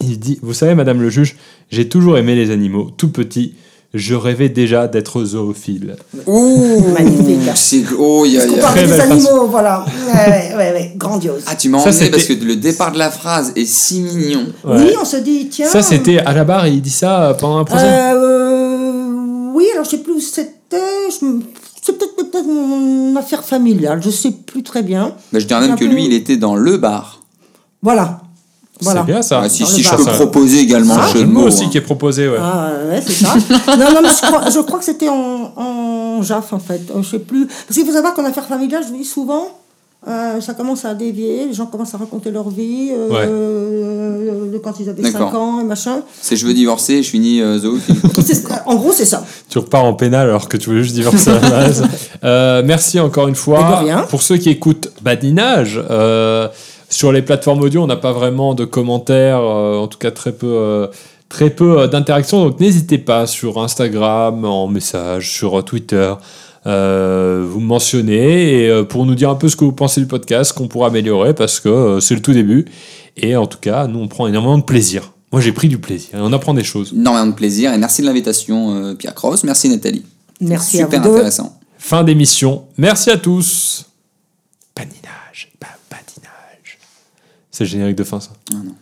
Speaker 1: il dit Vous savez, Madame le juge, j'ai toujours aimé les animaux, tout petit. Je rêvais déjà d'être zoophile.
Speaker 2: Ouh,
Speaker 3: Magnifique.
Speaker 2: c'est- Oh, y a,
Speaker 3: hein. Parce qu'on
Speaker 2: y
Speaker 1: parle-
Speaker 2: a-
Speaker 3: parlait des
Speaker 1: belle
Speaker 3: animaux, voilà. Ouais, ouais, ouais, ouais, grandiose.
Speaker 2: Ah, tu m'as
Speaker 1: Ça,
Speaker 2: emmené
Speaker 1: c'était-
Speaker 2: parce que le départ de la phrase est si mignon.
Speaker 1: Ouais.
Speaker 3: Oui, on se dit, tiens.
Speaker 1: Ça, c'était à la barre et il dit ça pendant un
Speaker 3: Ah. euh,
Speaker 1: procès.
Speaker 3: euh, oui, alors je sais plus où c'était. je me- C'est peut-être peut mon affaire familiale, je sais plus très bien.
Speaker 2: Bah, je dirais même que lui, il était dans le bar.
Speaker 3: Voilà. Voilà.
Speaker 1: C'est bien ça.
Speaker 2: Ah, si
Speaker 3: Dans
Speaker 2: si
Speaker 3: le
Speaker 2: je
Speaker 3: bar.
Speaker 2: peux
Speaker 1: Ça, ça-
Speaker 2: proposer également
Speaker 1: C'est
Speaker 2: le
Speaker 1: un
Speaker 2: jeu de
Speaker 1: jeu de mots
Speaker 2: mots.
Speaker 1: aussi
Speaker 2: hein.
Speaker 1: qui est proposé, ouais.
Speaker 3: Ah ouais, c'est
Speaker 1: [LAUGHS]
Speaker 3: ça. non, non, mais je crois, je crois que c'était en, en JAF, en fait. Euh, Je sais plus. Parce qu'il faut savoir qu'en affaires familiales, je dis souvent, euh, ça commence à dévier, les gens commencent à raconter leur vie, euh,
Speaker 1: Ouais.
Speaker 3: euh, de quand ils avaient 5
Speaker 2: D'accord.
Speaker 3: ans
Speaker 2: [LAUGHS]
Speaker 3: et machin.
Speaker 2: C'est je veux divorcer, je [LAUGHS] finis euh, zoophile.
Speaker 3: C'est- En gros, c'est ça.
Speaker 1: Tu repars en pénal alors que tu voulais juste divorcer à la
Speaker 3: [LAUGHS]
Speaker 1: base. Euh, merci encore une fois.
Speaker 3: Et de rien.
Speaker 1: Pour ceux qui écoutent Badinage, euh, sur les plateformes audio, on n'a pas vraiment de commentaires, euh, en tout cas très peu. euh, Très peu euh, d'interactions, donc n'hésitez pas sur Instagram, en message, sur euh, Twitter, euh, vous me mentionnez et euh, pour nous dire un peu ce que vous pensez du podcast, qu'on pourra améliorer parce que euh, c'est le tout début. Et en tout cas, nous on prend énormément de plaisir. Moi j'ai pris du plaisir, on apprend des choses.
Speaker 2: Énormément de plaisir et merci de l'invitation, euh, Pierre Cross. Merci, Nathalie.
Speaker 3: Merci
Speaker 2: Super
Speaker 3: à vous deux.
Speaker 2: intéressant.
Speaker 1: Fin d'émission. Merci à tous. Paninage. Badinage. C'est le générique de fin, ça.
Speaker 2: Ah non.